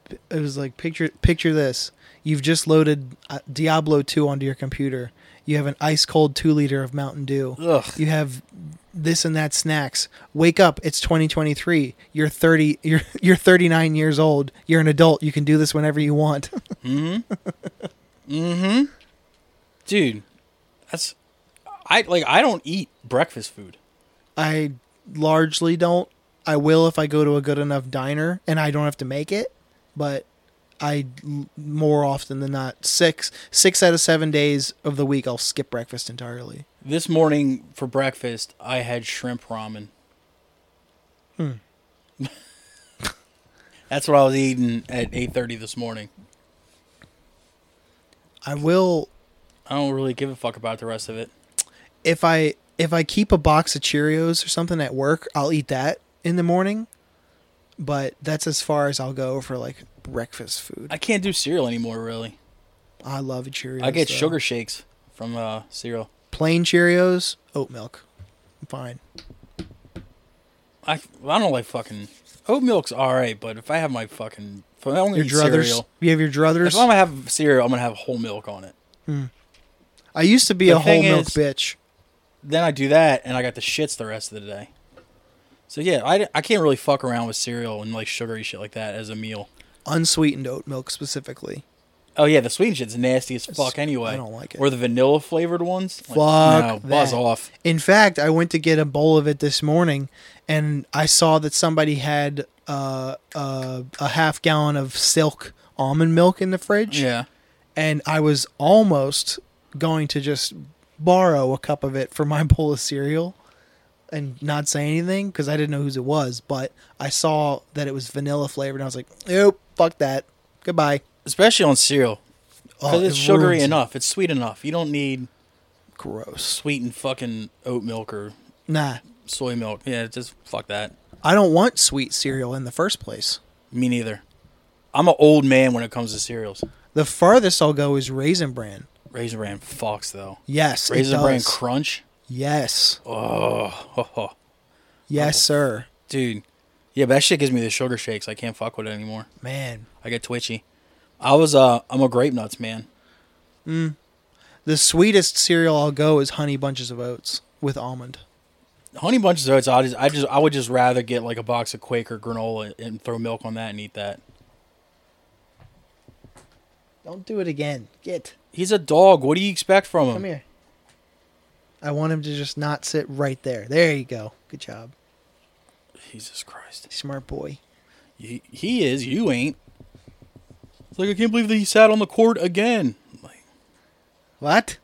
Speaker 1: it was like picture picture this. You've just loaded uh, Diablo two onto your computer. You have an ice cold two liter of Mountain Dew.
Speaker 2: Ugh.
Speaker 1: You have this and that snacks. Wake up! It's 2023. You're 30. *laughs* You're you're 39 years old. You're an adult. You can do this whenever you want.
Speaker 2: Dude, that's I like I don't eat breakfast food.
Speaker 1: I largely don't. I will if I go to a good enough diner and I don't have to make it, but I l- more often than not six six out of seven days of the week I'll skip breakfast entirely.
Speaker 2: This morning for breakfast, I had shrimp ramen. Hmm. *laughs* that's what I was eating at 8:30 this morning.
Speaker 1: I will
Speaker 2: I don't really give a fuck about the rest of it.
Speaker 1: if I if I keep a box of Cheerios or something at work, I'll eat that in the morning. But that's as far as I'll go for like breakfast food.
Speaker 2: I can't do cereal anymore, really.
Speaker 1: I love Cheerios.
Speaker 2: I get
Speaker 1: though.
Speaker 2: sugar shakes from uh, cereal.
Speaker 1: Plain Cheerios, oat milk. I'm fine.
Speaker 2: I, I don't like fucking oat milk's all right, but if I have my fucking if I'm gonna
Speaker 1: Your
Speaker 2: eat
Speaker 1: druthers.
Speaker 2: cereal,
Speaker 1: You have your druthers.
Speaker 2: If I'm gonna have cereal, I'm gonna have whole milk on it.
Speaker 1: I used to be
Speaker 2: The
Speaker 1: a whole
Speaker 2: thing
Speaker 1: milk
Speaker 2: is-
Speaker 1: bitch.
Speaker 2: Then I do that, and I got the shits the rest of the day. So yeah, I, I can't really fuck around with cereal and like sugary shit like that as a meal.
Speaker 1: Unsweetened oat milk specifically.
Speaker 2: Oh yeah, the sweet shit's nasty as fuck. Anyway,
Speaker 1: I don't like it.
Speaker 2: Or the vanilla flavored ones. Like,
Speaker 1: Fuck.
Speaker 2: no, buzz
Speaker 1: that.
Speaker 2: off.
Speaker 1: In fact, I went to get a bowl of it this morning, and I saw that somebody had uh, uh, a half gallon of silk almond milk in the fridge,
Speaker 2: Yeah,
Speaker 1: and I was almost going to just borrow a cup of it for my *laughs* bowl of cereal and not say anything because I didn't know whose it was. But I saw that it was vanilla flavored, and I was like, "Nope, fuck that, goodbye."
Speaker 2: especially on cereal because
Speaker 1: Oh,
Speaker 2: it's
Speaker 1: it
Speaker 2: sugary
Speaker 1: ruins it.
Speaker 2: enough. It's sweet enough. You don't need
Speaker 1: Gross.
Speaker 2: sweetened fucking oat milk or
Speaker 1: Nah,
Speaker 2: soy milk. Yeah, just fuck that.
Speaker 1: I don't want sweet cereal in the first place.
Speaker 2: Me neither. I'm an old man when it comes to cereals.
Speaker 1: The farthest I'll go is Raisin Bran.
Speaker 2: Raisin Bran fucks though.
Speaker 1: Yes, it
Speaker 2: Raisin Bran
Speaker 1: does.
Speaker 2: Crunch.
Speaker 1: yes,
Speaker 2: Oh, *laughs*
Speaker 1: yes, sir.
Speaker 2: dude. Yeah, but that shit gives me the sugar shakes. I can't fuck with it anymore.
Speaker 1: Man,
Speaker 2: I get twitchy. I was uh, I'm a grape nuts man.
Speaker 1: the sweetest cereal I'll go is Honey Bunches of Oats with almond.
Speaker 2: Honey bunches of oats. I just, I just, I would just rather get like a box of Quaker granola and throw milk on that and eat that.
Speaker 1: Don't do it again. Get
Speaker 2: He's a dog. What do you expect from him?
Speaker 1: come here. I want him to just not sit right there. There you go. Good job,
Speaker 2: Jesus Christ.
Speaker 1: smart boy.
Speaker 2: He, he is. You ain't. It's like I can't believe that he sat on the court again. Like
Speaker 1: What?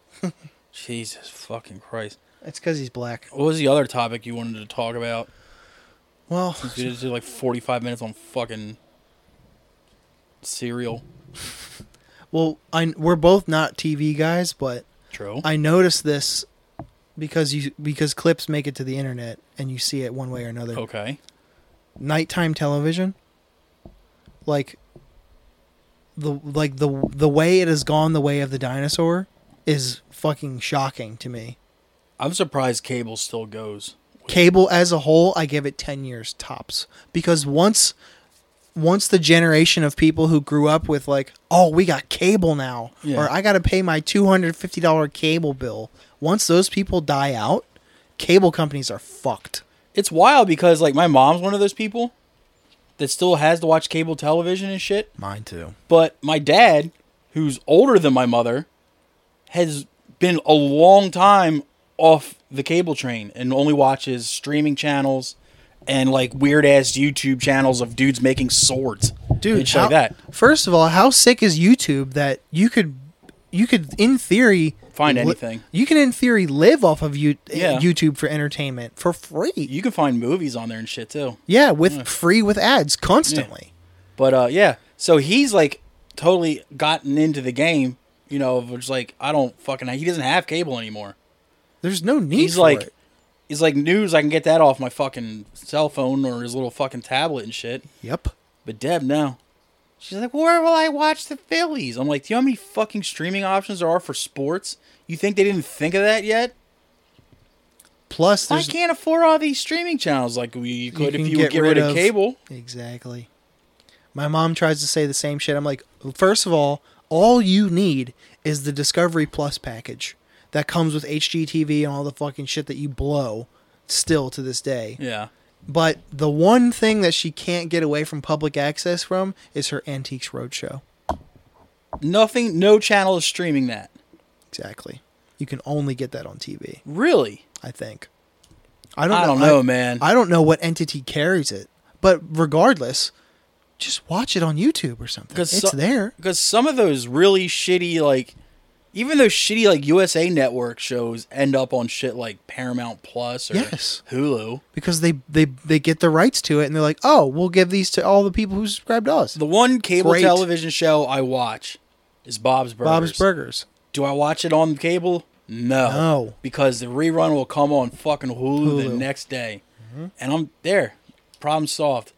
Speaker 2: Jesus fucking Christ.
Speaker 1: It's because he's black.
Speaker 2: What was the other topic you wanted to talk about?
Speaker 1: Well,
Speaker 2: We just did like 45 minutes on fucking cereal.
Speaker 1: well, I we're both not TV guys, but
Speaker 2: True.
Speaker 1: I noticed this because you because clips make it to the internet and you see it one way or another.
Speaker 2: okay.
Speaker 1: nighttime television like the like the the way it has gone the way of the dinosaur is fucking shocking to me
Speaker 2: I'm surprised cable still goes.
Speaker 1: cable as a whole i give it 10 years tops because once once the generation of people who grew up with like oh we got cable now
Speaker 2: Yeah.
Speaker 1: or i got to pay my $250 cable bill once those people die out cable companies are fucked
Speaker 2: it's wild because like my mom's one of those people that still has to watch cable television and shit.
Speaker 1: mine too
Speaker 2: But my dad, who's older than my mother, has been a long time off the cable train and only watches streaming channels and like weird ass YouTube channels of dudes making swords,
Speaker 1: dude
Speaker 2: and shit like
Speaker 1: how-
Speaker 2: that.
Speaker 1: first of all how sick is youtube that you could you could in theory
Speaker 2: Find
Speaker 1: li-
Speaker 2: anything.
Speaker 1: you can in theory live off of you,
Speaker 2: Yeah.
Speaker 1: youtube for entertainment for free
Speaker 2: You can find movies on there and shit too.
Speaker 1: yeah with free with ads constantly
Speaker 2: But uh, yeah, so he's like totally gotten into the game, you know, of just like I don't fucking he doesn't have cable anymore.
Speaker 1: there's no need
Speaker 2: he's
Speaker 1: for
Speaker 2: like
Speaker 1: it.
Speaker 2: he's like news i can get that off my fucking cell phone or his little fucking tablet and shit
Speaker 1: yep
Speaker 2: but deb no she's like where will i watch the phillies i'm like do you know how many fucking streaming options there are for sports you think they didn't think of that yet
Speaker 1: plus
Speaker 2: i
Speaker 1: there's
Speaker 2: can't afford all these streaming channels like we you could
Speaker 1: can
Speaker 2: if you would get rid of, cable
Speaker 1: exactly my mom tries to say the same shit i'm like first of all all you need is the discovery plus package that comes with hgtv and all the fucking shit that you blow still to this day
Speaker 2: yeah
Speaker 1: But the one thing that she can't get away from public access from is her Antiques Roadshow.
Speaker 2: nothing no channel is streaming that
Speaker 1: Exactly. You can only get that on TV,
Speaker 2: really
Speaker 1: I think. I
Speaker 2: i don't know man
Speaker 1: I don't know what entity carries it, but regardless, just watch it on YouTube or something.
Speaker 2: 'Cause
Speaker 1: It's
Speaker 2: so-
Speaker 1: there.
Speaker 2: because some of those really shitty like even those shitty like USA Network shows end up on shit like Paramount Plus or
Speaker 1: Yes.
Speaker 2: Hulu.
Speaker 1: because they, they they get the rights to it and they're like, "Oh, we'll give these to all the people who subscribe to us."
Speaker 2: The one cable
Speaker 1: Great.
Speaker 2: television show I watch is Bob's Burgers.
Speaker 1: Bob's Burgers.
Speaker 2: Do I watch it on cable? No.
Speaker 1: No.
Speaker 2: Because the rerun will come on fucking Hulu, the
Speaker 1: Hulu. Mm-hmm.
Speaker 2: next day. And I'm there. Problem solved.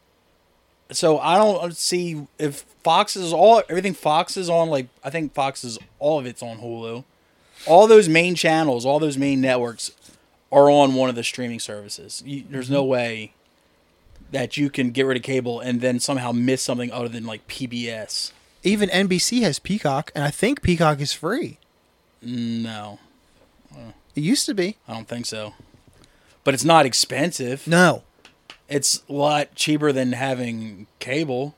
Speaker 2: So I don't uh, see if Fox is all everything Fox is on like I think Fox is all of it's on Hulu. All those main channels, all those main networks are on one of the streaming services. You, there's
Speaker 1: Mm-hmm.
Speaker 2: no way that you can get rid of cable and then somehow miss something other than like PBS.
Speaker 1: Even NBC has Peacock, and I think Peacock is free.
Speaker 2: No.
Speaker 1: It used to be.
Speaker 2: I don't think so. But it's not expensive.
Speaker 1: No.
Speaker 2: It's a lot cheaper than having cable.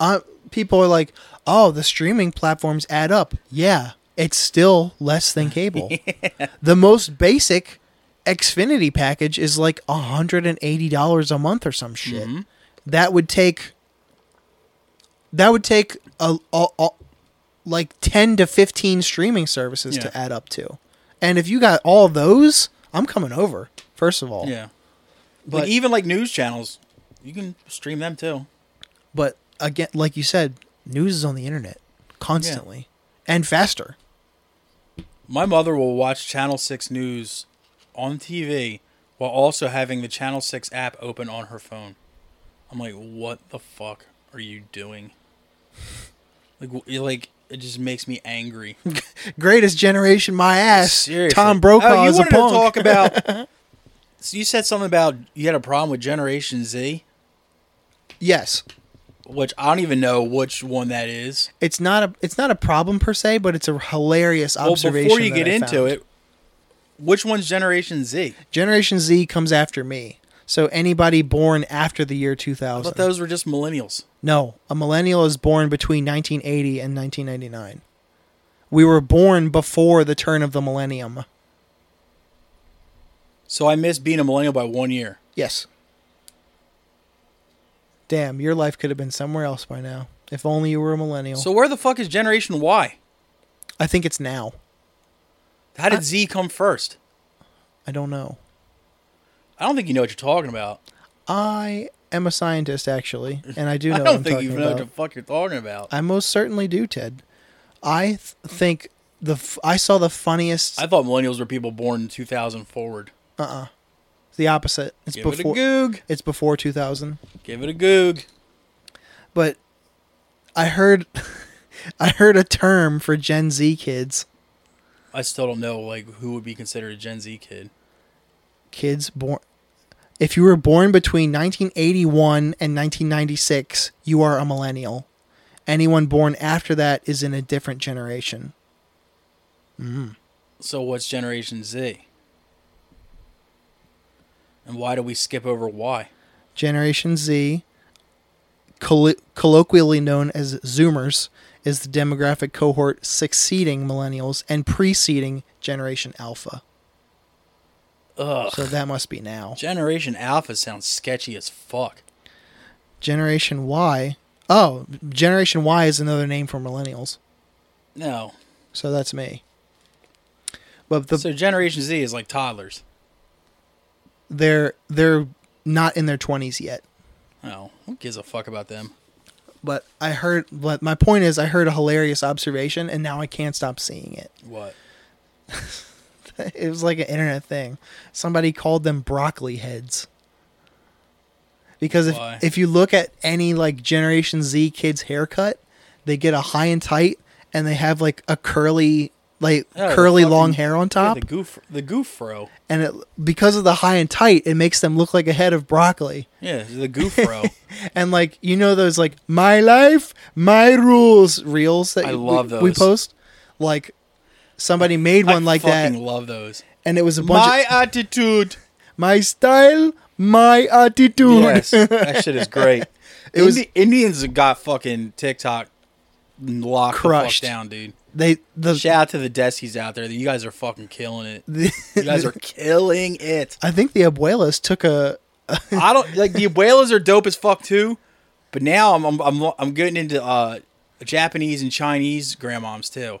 Speaker 1: I, Uh, people are like, oh, the streaming platforms add up. Yeah, it's still less
Speaker 2: *laughs*
Speaker 1: than cable. The most basic Xfinity package is like $180 a month or some shit.
Speaker 2: Mm-hmm.
Speaker 1: That would take that would take a, a- a- like 10 to 15 streaming services
Speaker 2: Yeah.
Speaker 1: to add up to. And if you got all those, I'm coming over. First of all.
Speaker 2: Yeah. But
Speaker 1: But-
Speaker 2: like, even like news channels, you can stream them too.
Speaker 1: But again, like you said, news is on the internet constantly and faster.
Speaker 2: My mother will watch Channel 6 news on TV while also having the Channel 6 app open on her phone. I'm like, what the fuck are you doing? *laughs* Like, w- you're like it just makes me angry.
Speaker 1: Greatest generation, my ass.
Speaker 2: Seriously.
Speaker 1: Tom Brokaw
Speaker 2: oh, you
Speaker 1: is a
Speaker 2: wanted
Speaker 1: punk.
Speaker 2: to
Speaker 1: *laughs*
Speaker 2: talk about. so you said something about you had a problem with Generation Z,
Speaker 1: yes,
Speaker 2: which I don't even know which one that is.
Speaker 1: it's not a it's not a problem per se, but it's a hilarious
Speaker 2: Well,
Speaker 1: observation.
Speaker 2: before you
Speaker 1: that
Speaker 2: get
Speaker 1: I
Speaker 2: into
Speaker 1: found.
Speaker 2: it, which one's Generation Z?
Speaker 1: Generation Z comes after me. So anybody born after the year
Speaker 2: I
Speaker 1: 2000.
Speaker 2: thought those were just millennials.
Speaker 1: no, a millennial is born between 1980 and 1999. We were born before the turn of the millennium.
Speaker 2: So I missed being a millennial by one year.
Speaker 1: Yes. Damn, your life could have been somewhere else by now. If only you were a millennial.
Speaker 2: So where the fuck is Generation Y?
Speaker 1: I think it's now.
Speaker 2: How did Z come first?
Speaker 1: I don't know.
Speaker 2: I don't think you know what you're talking about.
Speaker 1: I am a scientist, actually, and
Speaker 2: *laughs*
Speaker 1: I do know
Speaker 2: I
Speaker 1: what
Speaker 2: don't
Speaker 1: I'm
Speaker 2: think
Speaker 1: talking
Speaker 2: you know
Speaker 1: about.
Speaker 2: what the fuck you're talking about. I,
Speaker 1: I most certainly do, Ted. I th- think the f- I saw the funniest.
Speaker 2: thought millennials were people born in 2000 forward.
Speaker 1: the opposite. It's
Speaker 2: Give
Speaker 1: before.
Speaker 2: it a goog.
Speaker 1: It's before 2000.
Speaker 2: Give it a goog.
Speaker 1: But I heard, *laughs* I heard a term for Gen Z kids.
Speaker 2: I still don't know like who would be considered a Gen Z kid.
Speaker 1: Kids born. If you were born between 1981 and 1996, you are a millennial. Anyone born after that is in a different generation.
Speaker 2: So what's Generation Z? And why do we skip over Y?
Speaker 1: Generation Z, collo- colloquially known as Zoomers, is the demographic cohort succeeding millennials and preceding Generation Alpha.
Speaker 2: Ugh.
Speaker 1: So that must be now.
Speaker 2: Generation Alpha sounds sketchy as fuck.
Speaker 1: Generation Y. Oh, Generation Y is another name for millennials.
Speaker 2: No.
Speaker 1: So that's me. But the,
Speaker 2: So Generation Z is like toddlers.
Speaker 1: they're they're not in their 20s yet.
Speaker 2: Oh, who gives a fuck about them?
Speaker 1: But I heard but my point is I heard a hilarious observation and now I can't stop seeing it.
Speaker 2: What?
Speaker 1: *laughs* it was like an internet thing. Somebody called them broccoli heads. Because if,
Speaker 2: Why?
Speaker 1: if you look at any like Generation Z kids haircut, they get a high and tight and they have like a curly like
Speaker 2: Oh, the
Speaker 1: curly
Speaker 2: fucking-
Speaker 1: long hair on
Speaker 2: Yeah,
Speaker 1: top
Speaker 2: the goof, the goof fro.
Speaker 1: and it, because of the high and tight it makes them look like a head of broccoli.
Speaker 2: Yeah, the goof fro.
Speaker 1: And like you know those like my life, my rules reels that
Speaker 2: I
Speaker 1: you-
Speaker 2: love
Speaker 1: we, we
Speaker 2: those.
Speaker 1: post like somebody made *laughs* one like
Speaker 2: I
Speaker 1: that
Speaker 2: fucking love those.
Speaker 1: and it was a bunch of-
Speaker 2: My
Speaker 1: *laughs*
Speaker 2: attitude.
Speaker 1: My style, my attitude.
Speaker 2: Yes, that shit is great.
Speaker 1: *laughs* It was-
Speaker 2: Indi- Indians got fucking TikTok locked
Speaker 1: Crushed.
Speaker 2: the fuck down, dude.
Speaker 1: *laughs* they the,
Speaker 2: Shout out to the Desies out there. You guys are fucking killing it.
Speaker 1: the-
Speaker 2: You guys are killing it.
Speaker 1: I think the abuelas took a
Speaker 2: I don't like the abuelas are dope as fuck too, but now I'm I'm I'm, I'm getting into uh, Japanese and Chinese grandmoms too.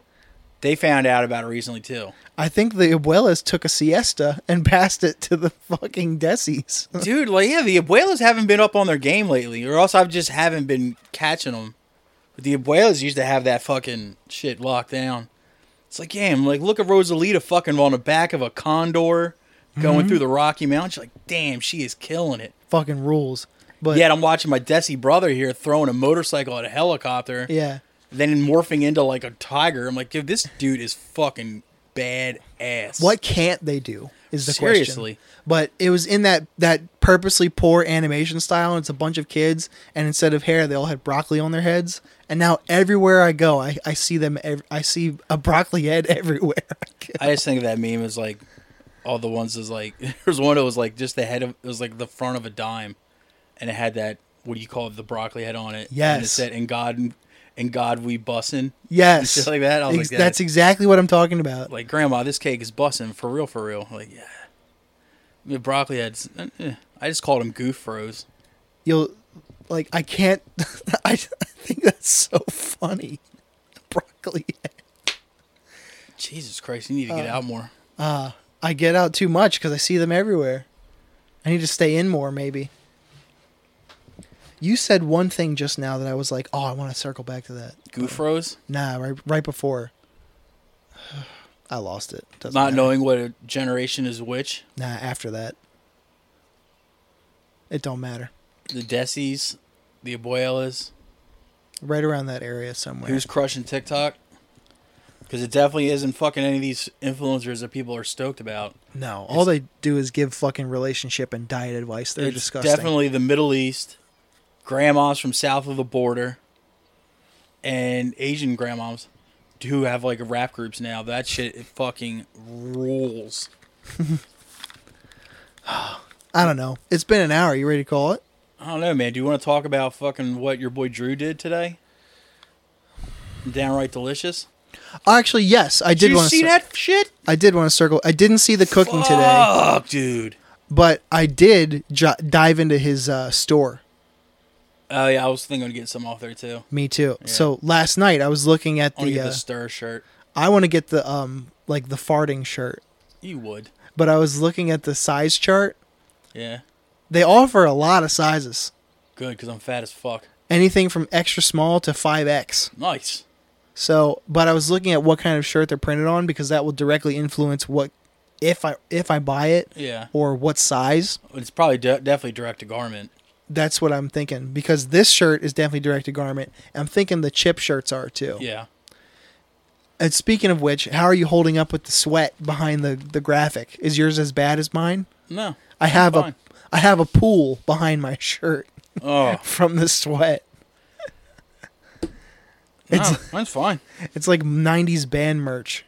Speaker 2: They found out about it recently too.
Speaker 1: I think the abuelas took a siesta and *laughs* passed it to the fucking desis.
Speaker 2: Dude, like yeah, the abuelas haven't been up on their game lately, or else I just haven't been catching them. But the abuelas used to have that fucking shit locked down. It's like, damn, like look at Rosalita fucking on the back of a condor going
Speaker 1: Mm-hmm.
Speaker 2: through the Rocky Mountains. You're like, damn, she is killing it.
Speaker 1: fucking rules. But
Speaker 2: Yet I'm watching my Desi brother here throwing a motorcycle at a helicopter.
Speaker 1: yeah.
Speaker 2: then morphing into like a tiger. I'm like, dude, this dude is fucking badass.
Speaker 1: What can't they do is the
Speaker 2: Seriously.
Speaker 1: question. But it was in that that purposely poor animation style and it's a bunch of kids and instead of hair they all had broccoli on their heads and now everywhere I go I, I see them ev- I see a broccoli head *laughs* everywhere.
Speaker 2: I just think of that meme as like all *laughs* the ones is like there's one that was like just the head of it was like the front of a dime, and it had that what do you call it, the broccoli had on it. And it
Speaker 1: Yes.
Speaker 2: said, "And God, and God, we bussin'."
Speaker 1: Yes.
Speaker 2: Shit like that? I was
Speaker 1: Ex-
Speaker 2: like, yeah.
Speaker 1: that's exactly what I'm talking about.
Speaker 2: Like, Grandma, this cake is bussin' for real, for real. Like, yeah. I mean, broccoli had. eh, I just called him goof froze.
Speaker 1: You'll like I can't *laughs* I, I think that's so funny. Broccoli.
Speaker 2: Jesus Christ, you need to get out more.
Speaker 1: I get out too much cuz I see them everywhere. I need to stay in more maybe. You said one thing just now that I was like, "Oh, I want to circle back to that."
Speaker 2: Goof froze,
Speaker 1: Nah, right right before. *sighs* I lost it. Doesn't
Speaker 2: not
Speaker 1: matter.
Speaker 2: knowing what a generation is which.
Speaker 1: Nah, after that. It don't matter.
Speaker 2: The Desi's, the Abuelas.
Speaker 1: Right around that area somewhere.
Speaker 2: Who's crushing TikTok? Because it definitely isn't fucking any of these influencers that people are stoked about.
Speaker 1: No, all they do is give fucking relationship and diet advice. They're
Speaker 2: it's
Speaker 1: disgusting.
Speaker 2: definitely the Middle East, grandmas from south of the border, and Asian grandmoms who have like rap groups now. That shit it fucking rules.
Speaker 1: I don't know. It's been an hour. You ready to call it?
Speaker 2: I don't know, man. Do you want to talk about fucking what your boy Drew did today? Downright delicious.
Speaker 1: Actually, yes, I
Speaker 2: Did
Speaker 1: did
Speaker 2: you
Speaker 1: want to
Speaker 2: see that shit?
Speaker 1: I did want to circle. I didn't see the cooking today,
Speaker 2: Fuck, dude.
Speaker 1: but I did jo- dive into his uh, store.
Speaker 2: Oh yeah, I was thinking to get some off there too.
Speaker 1: Me too. So last night I was looking at
Speaker 2: I want
Speaker 1: the.
Speaker 2: to get
Speaker 1: Uh,
Speaker 2: the stir shirt.
Speaker 1: I want to get the um like the farting shirt,
Speaker 2: You would.
Speaker 1: but I was looking at the size chart.
Speaker 2: Yeah.
Speaker 1: They offer a lot of sizes.
Speaker 2: Good, because I'm fat as fuck.
Speaker 1: Anything from extra small to 5X.
Speaker 2: Nice.
Speaker 1: So, but I was looking at what kind of shirt they're printed on because that will directly influence what if I if I buy it
Speaker 2: Yeah.
Speaker 1: or what size.
Speaker 2: It's probably de- definitely direct to garment.
Speaker 1: That's what I'm thinking because this shirt is definitely direct to garment. I'm thinking the chip shirts are too.
Speaker 2: Yeah.
Speaker 1: And speaking of which, how are you holding up with the sweat behind the the graphic? Is yours as bad as mine?
Speaker 2: No.
Speaker 1: *laughs* I have
Speaker 2: fine.
Speaker 1: a I have a pool behind my shirt *laughs*
Speaker 2: Oh,
Speaker 1: from the sweat. It's
Speaker 2: no, mine's fine.
Speaker 1: it's like 90s band merch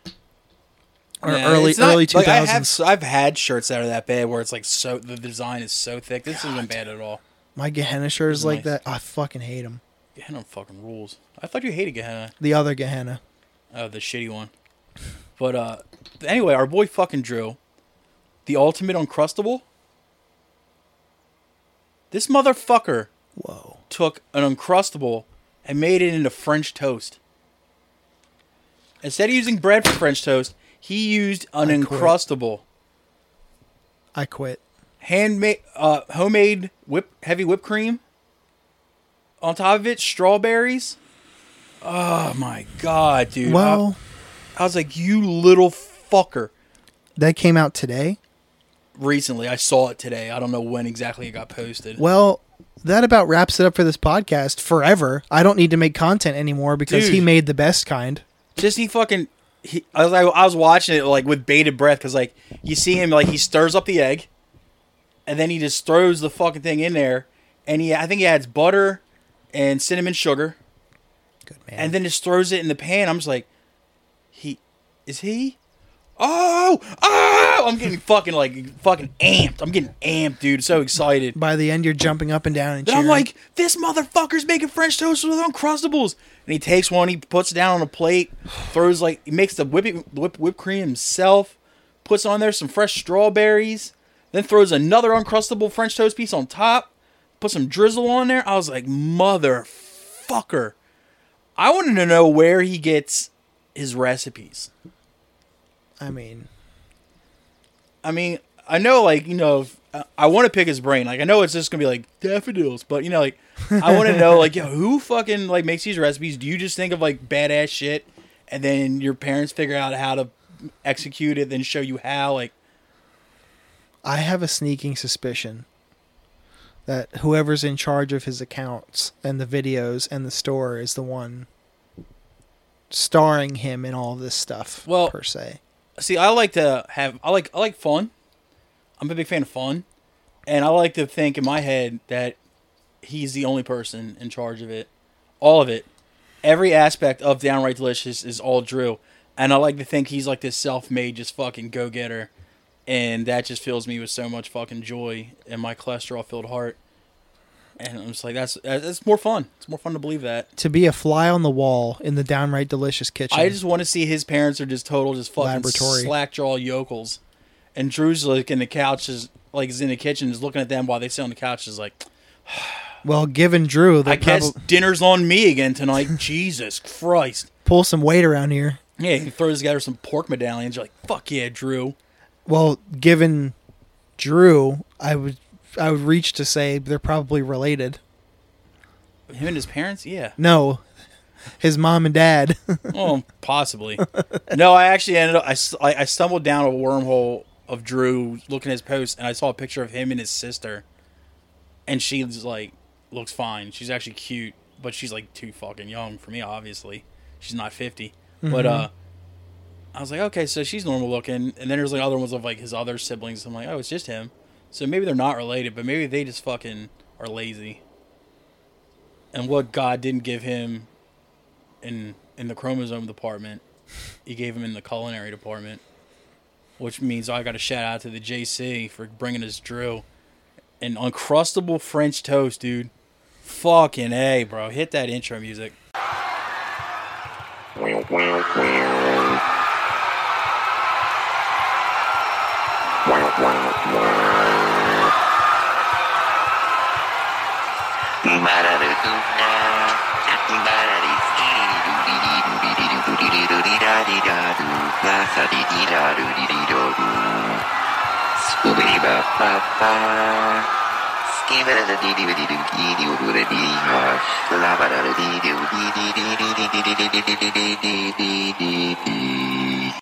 Speaker 1: or
Speaker 2: Yeah,
Speaker 1: early
Speaker 2: it's not-
Speaker 1: early 2000s.
Speaker 2: like, I have, I've had shirts that are that bad where it's like so the design is so thick. This isn't bad at all.
Speaker 1: my Gehenna shirt is
Speaker 2: Nice.
Speaker 1: like that. I fucking hate them.
Speaker 2: Gehenna fucking rules. I thought you hated Gehenna.
Speaker 1: The other Gehenna.
Speaker 2: Oh, the shitty one. But uh, anyway, our boy fucking Drew, the ultimate uncrustable. This motherfucker
Speaker 1: Whoa.
Speaker 2: took an uncrustable and made it into French toast. Instead of using bread for French toast, he used an
Speaker 1: I quit.
Speaker 2: uncrustable,
Speaker 1: I quit.
Speaker 2: handmade, uh, homemade whip, heavy whipped cream. On top of it, strawberries. Oh my god, dude! I-
Speaker 1: Well,
Speaker 2: I, was like, you little fucker.
Speaker 1: that came out today.
Speaker 2: Recently, I saw it today. I don't know when exactly it got posted.
Speaker 1: Well, that about wraps it up for this podcast forever. I don't need to make content anymore because he
Speaker 2: Dude.
Speaker 1: made the best kind.
Speaker 2: just he fucking he, I was I, I was watching it like with bated breath because like you see him like he stirs up the egg, and then he just throws the fucking thing in there, and he I think he adds butter and cinnamon sugar,
Speaker 1: Good man.
Speaker 2: and then just throws it in the pan. I'm just like, he is he. Oh, oh! I'm getting fucking like fucking amped. I'm getting amped, dude. So excited.
Speaker 1: By the end, you're jumping up and down and
Speaker 2: And
Speaker 1: cheering.
Speaker 2: I'm like, this motherfucker's making French toast with Uncrustables. And he takes one, he puts it down on a plate, throws like, he makes the whipping, whip, whipped cream himself, puts on there some fresh strawberries, then throws another Uncrustable French toast piece on top, put some drizzle on there. I was like, motherfucker. I wanted to know where he gets his recipes.
Speaker 1: I mean,
Speaker 2: I mean, I know, like, you know, if- I- I want to pick his brain. Like, I know it's just going to be like daffodils, but, you know, like, I want to know, like, yo, who fucking, like, makes these recipes? Do you just think of, like, badass shit and then your parents figure out how to execute it, then show you how? Like,
Speaker 1: I have a sneaking suspicion that whoever's in charge of his accounts and the videos and the store is the one starring him in all this stuff.
Speaker 2: Well-
Speaker 1: per se,
Speaker 2: see, I like to have, I like, I like fun. I'm a big fan of fun. And I like to think in my head that he's the only person in charge of it. All of it. Every aspect of Downright Delicious is all Drew. And I like to think he's like this self made, just fucking go getter. And that just fills me with so much fucking joy and my cholesterol filled heart. and I'm just like, that's that's more fun. It's more fun to believe that.
Speaker 1: To be a fly on the wall in the downright delicious kitchen.
Speaker 2: I just want to see his parents are just total, just fucking
Speaker 1: Laboratory.
Speaker 2: slackjaw yokels, and Drew's like in the couch is like is in the kitchen, is looking at them while they sit on the couch, is like,
Speaker 1: well, given Drew, they
Speaker 2: I guess
Speaker 1: probably
Speaker 2: dinner's on me
Speaker 1: *laughs*
Speaker 2: again tonight. Jesus Christ!
Speaker 1: pull some weight around here.
Speaker 2: Yeah, he throws together some pork medallions. You're like, fuck yeah, Drew.
Speaker 1: Well, given Drew, I would I would reach to say they're probably related.
Speaker 2: Him and his parents, yeah.
Speaker 1: No, his mom and dad. *laughs*
Speaker 2: Oh, possibly. no, I actually ended up. I, s- I- I stumbled down a wormhole of Drew looking at his post, and I saw a picture of him and his sister, and she's like, looks fine. She's actually cute, but she's like too fucking young for me. Obviously, she's not 50 But uh, I was like, okay, so she's normal looking, and then there's like other ones of like his other siblings. I'm like, oh, it's just him. So maybe they're not related, but maybe they just fucking are lazy. And what God didn't give him in in the chromosome department. He gave him in the culinary department, which means I got a shout out to the JC for bringing us Drew, an uncrustable French toast, dude. Fucking a, bro. Hit that intro music.
Speaker 3: Wow, wow, wow. Wow, wow, wow. Scooby-Doo-Bop-Bop-Bop. Skibidi-Doo-Dee-Doo-Dee-Doo-Dee-Doo-Dee-Doo-Dee-Doo-Dee-Doo-Dee-Doo-Dee-Doo-Dee-Doo-Dee-Doo-Dee-Doo-Dee-Doo-Dee-Doo-Dee-Doo-Dee-Doo-Dee-Doo-Dee-Doo-Dee-Doo-Dee-Doo-Dee-Doo-Dee-Doo-Dee-Doo-Dee-Doo-Dee-Doo-Dee-Doo-Dee-Doo-Dee-Doo-Dee-Doo-Dee-Doo-Dee-Doo-Dee-Doo-Dee-Doo-Dee-Doo-Dee-Doo-Dee-Doo-Dee-Doo-Dee-Doo-Dee-Doo-Dee-Doo-Dee-Doo-Dee-Doo-Dee-Doo-Dee-Doo-Dee-Doo-Dee-Doo-Dee-Doo-Dee-Doo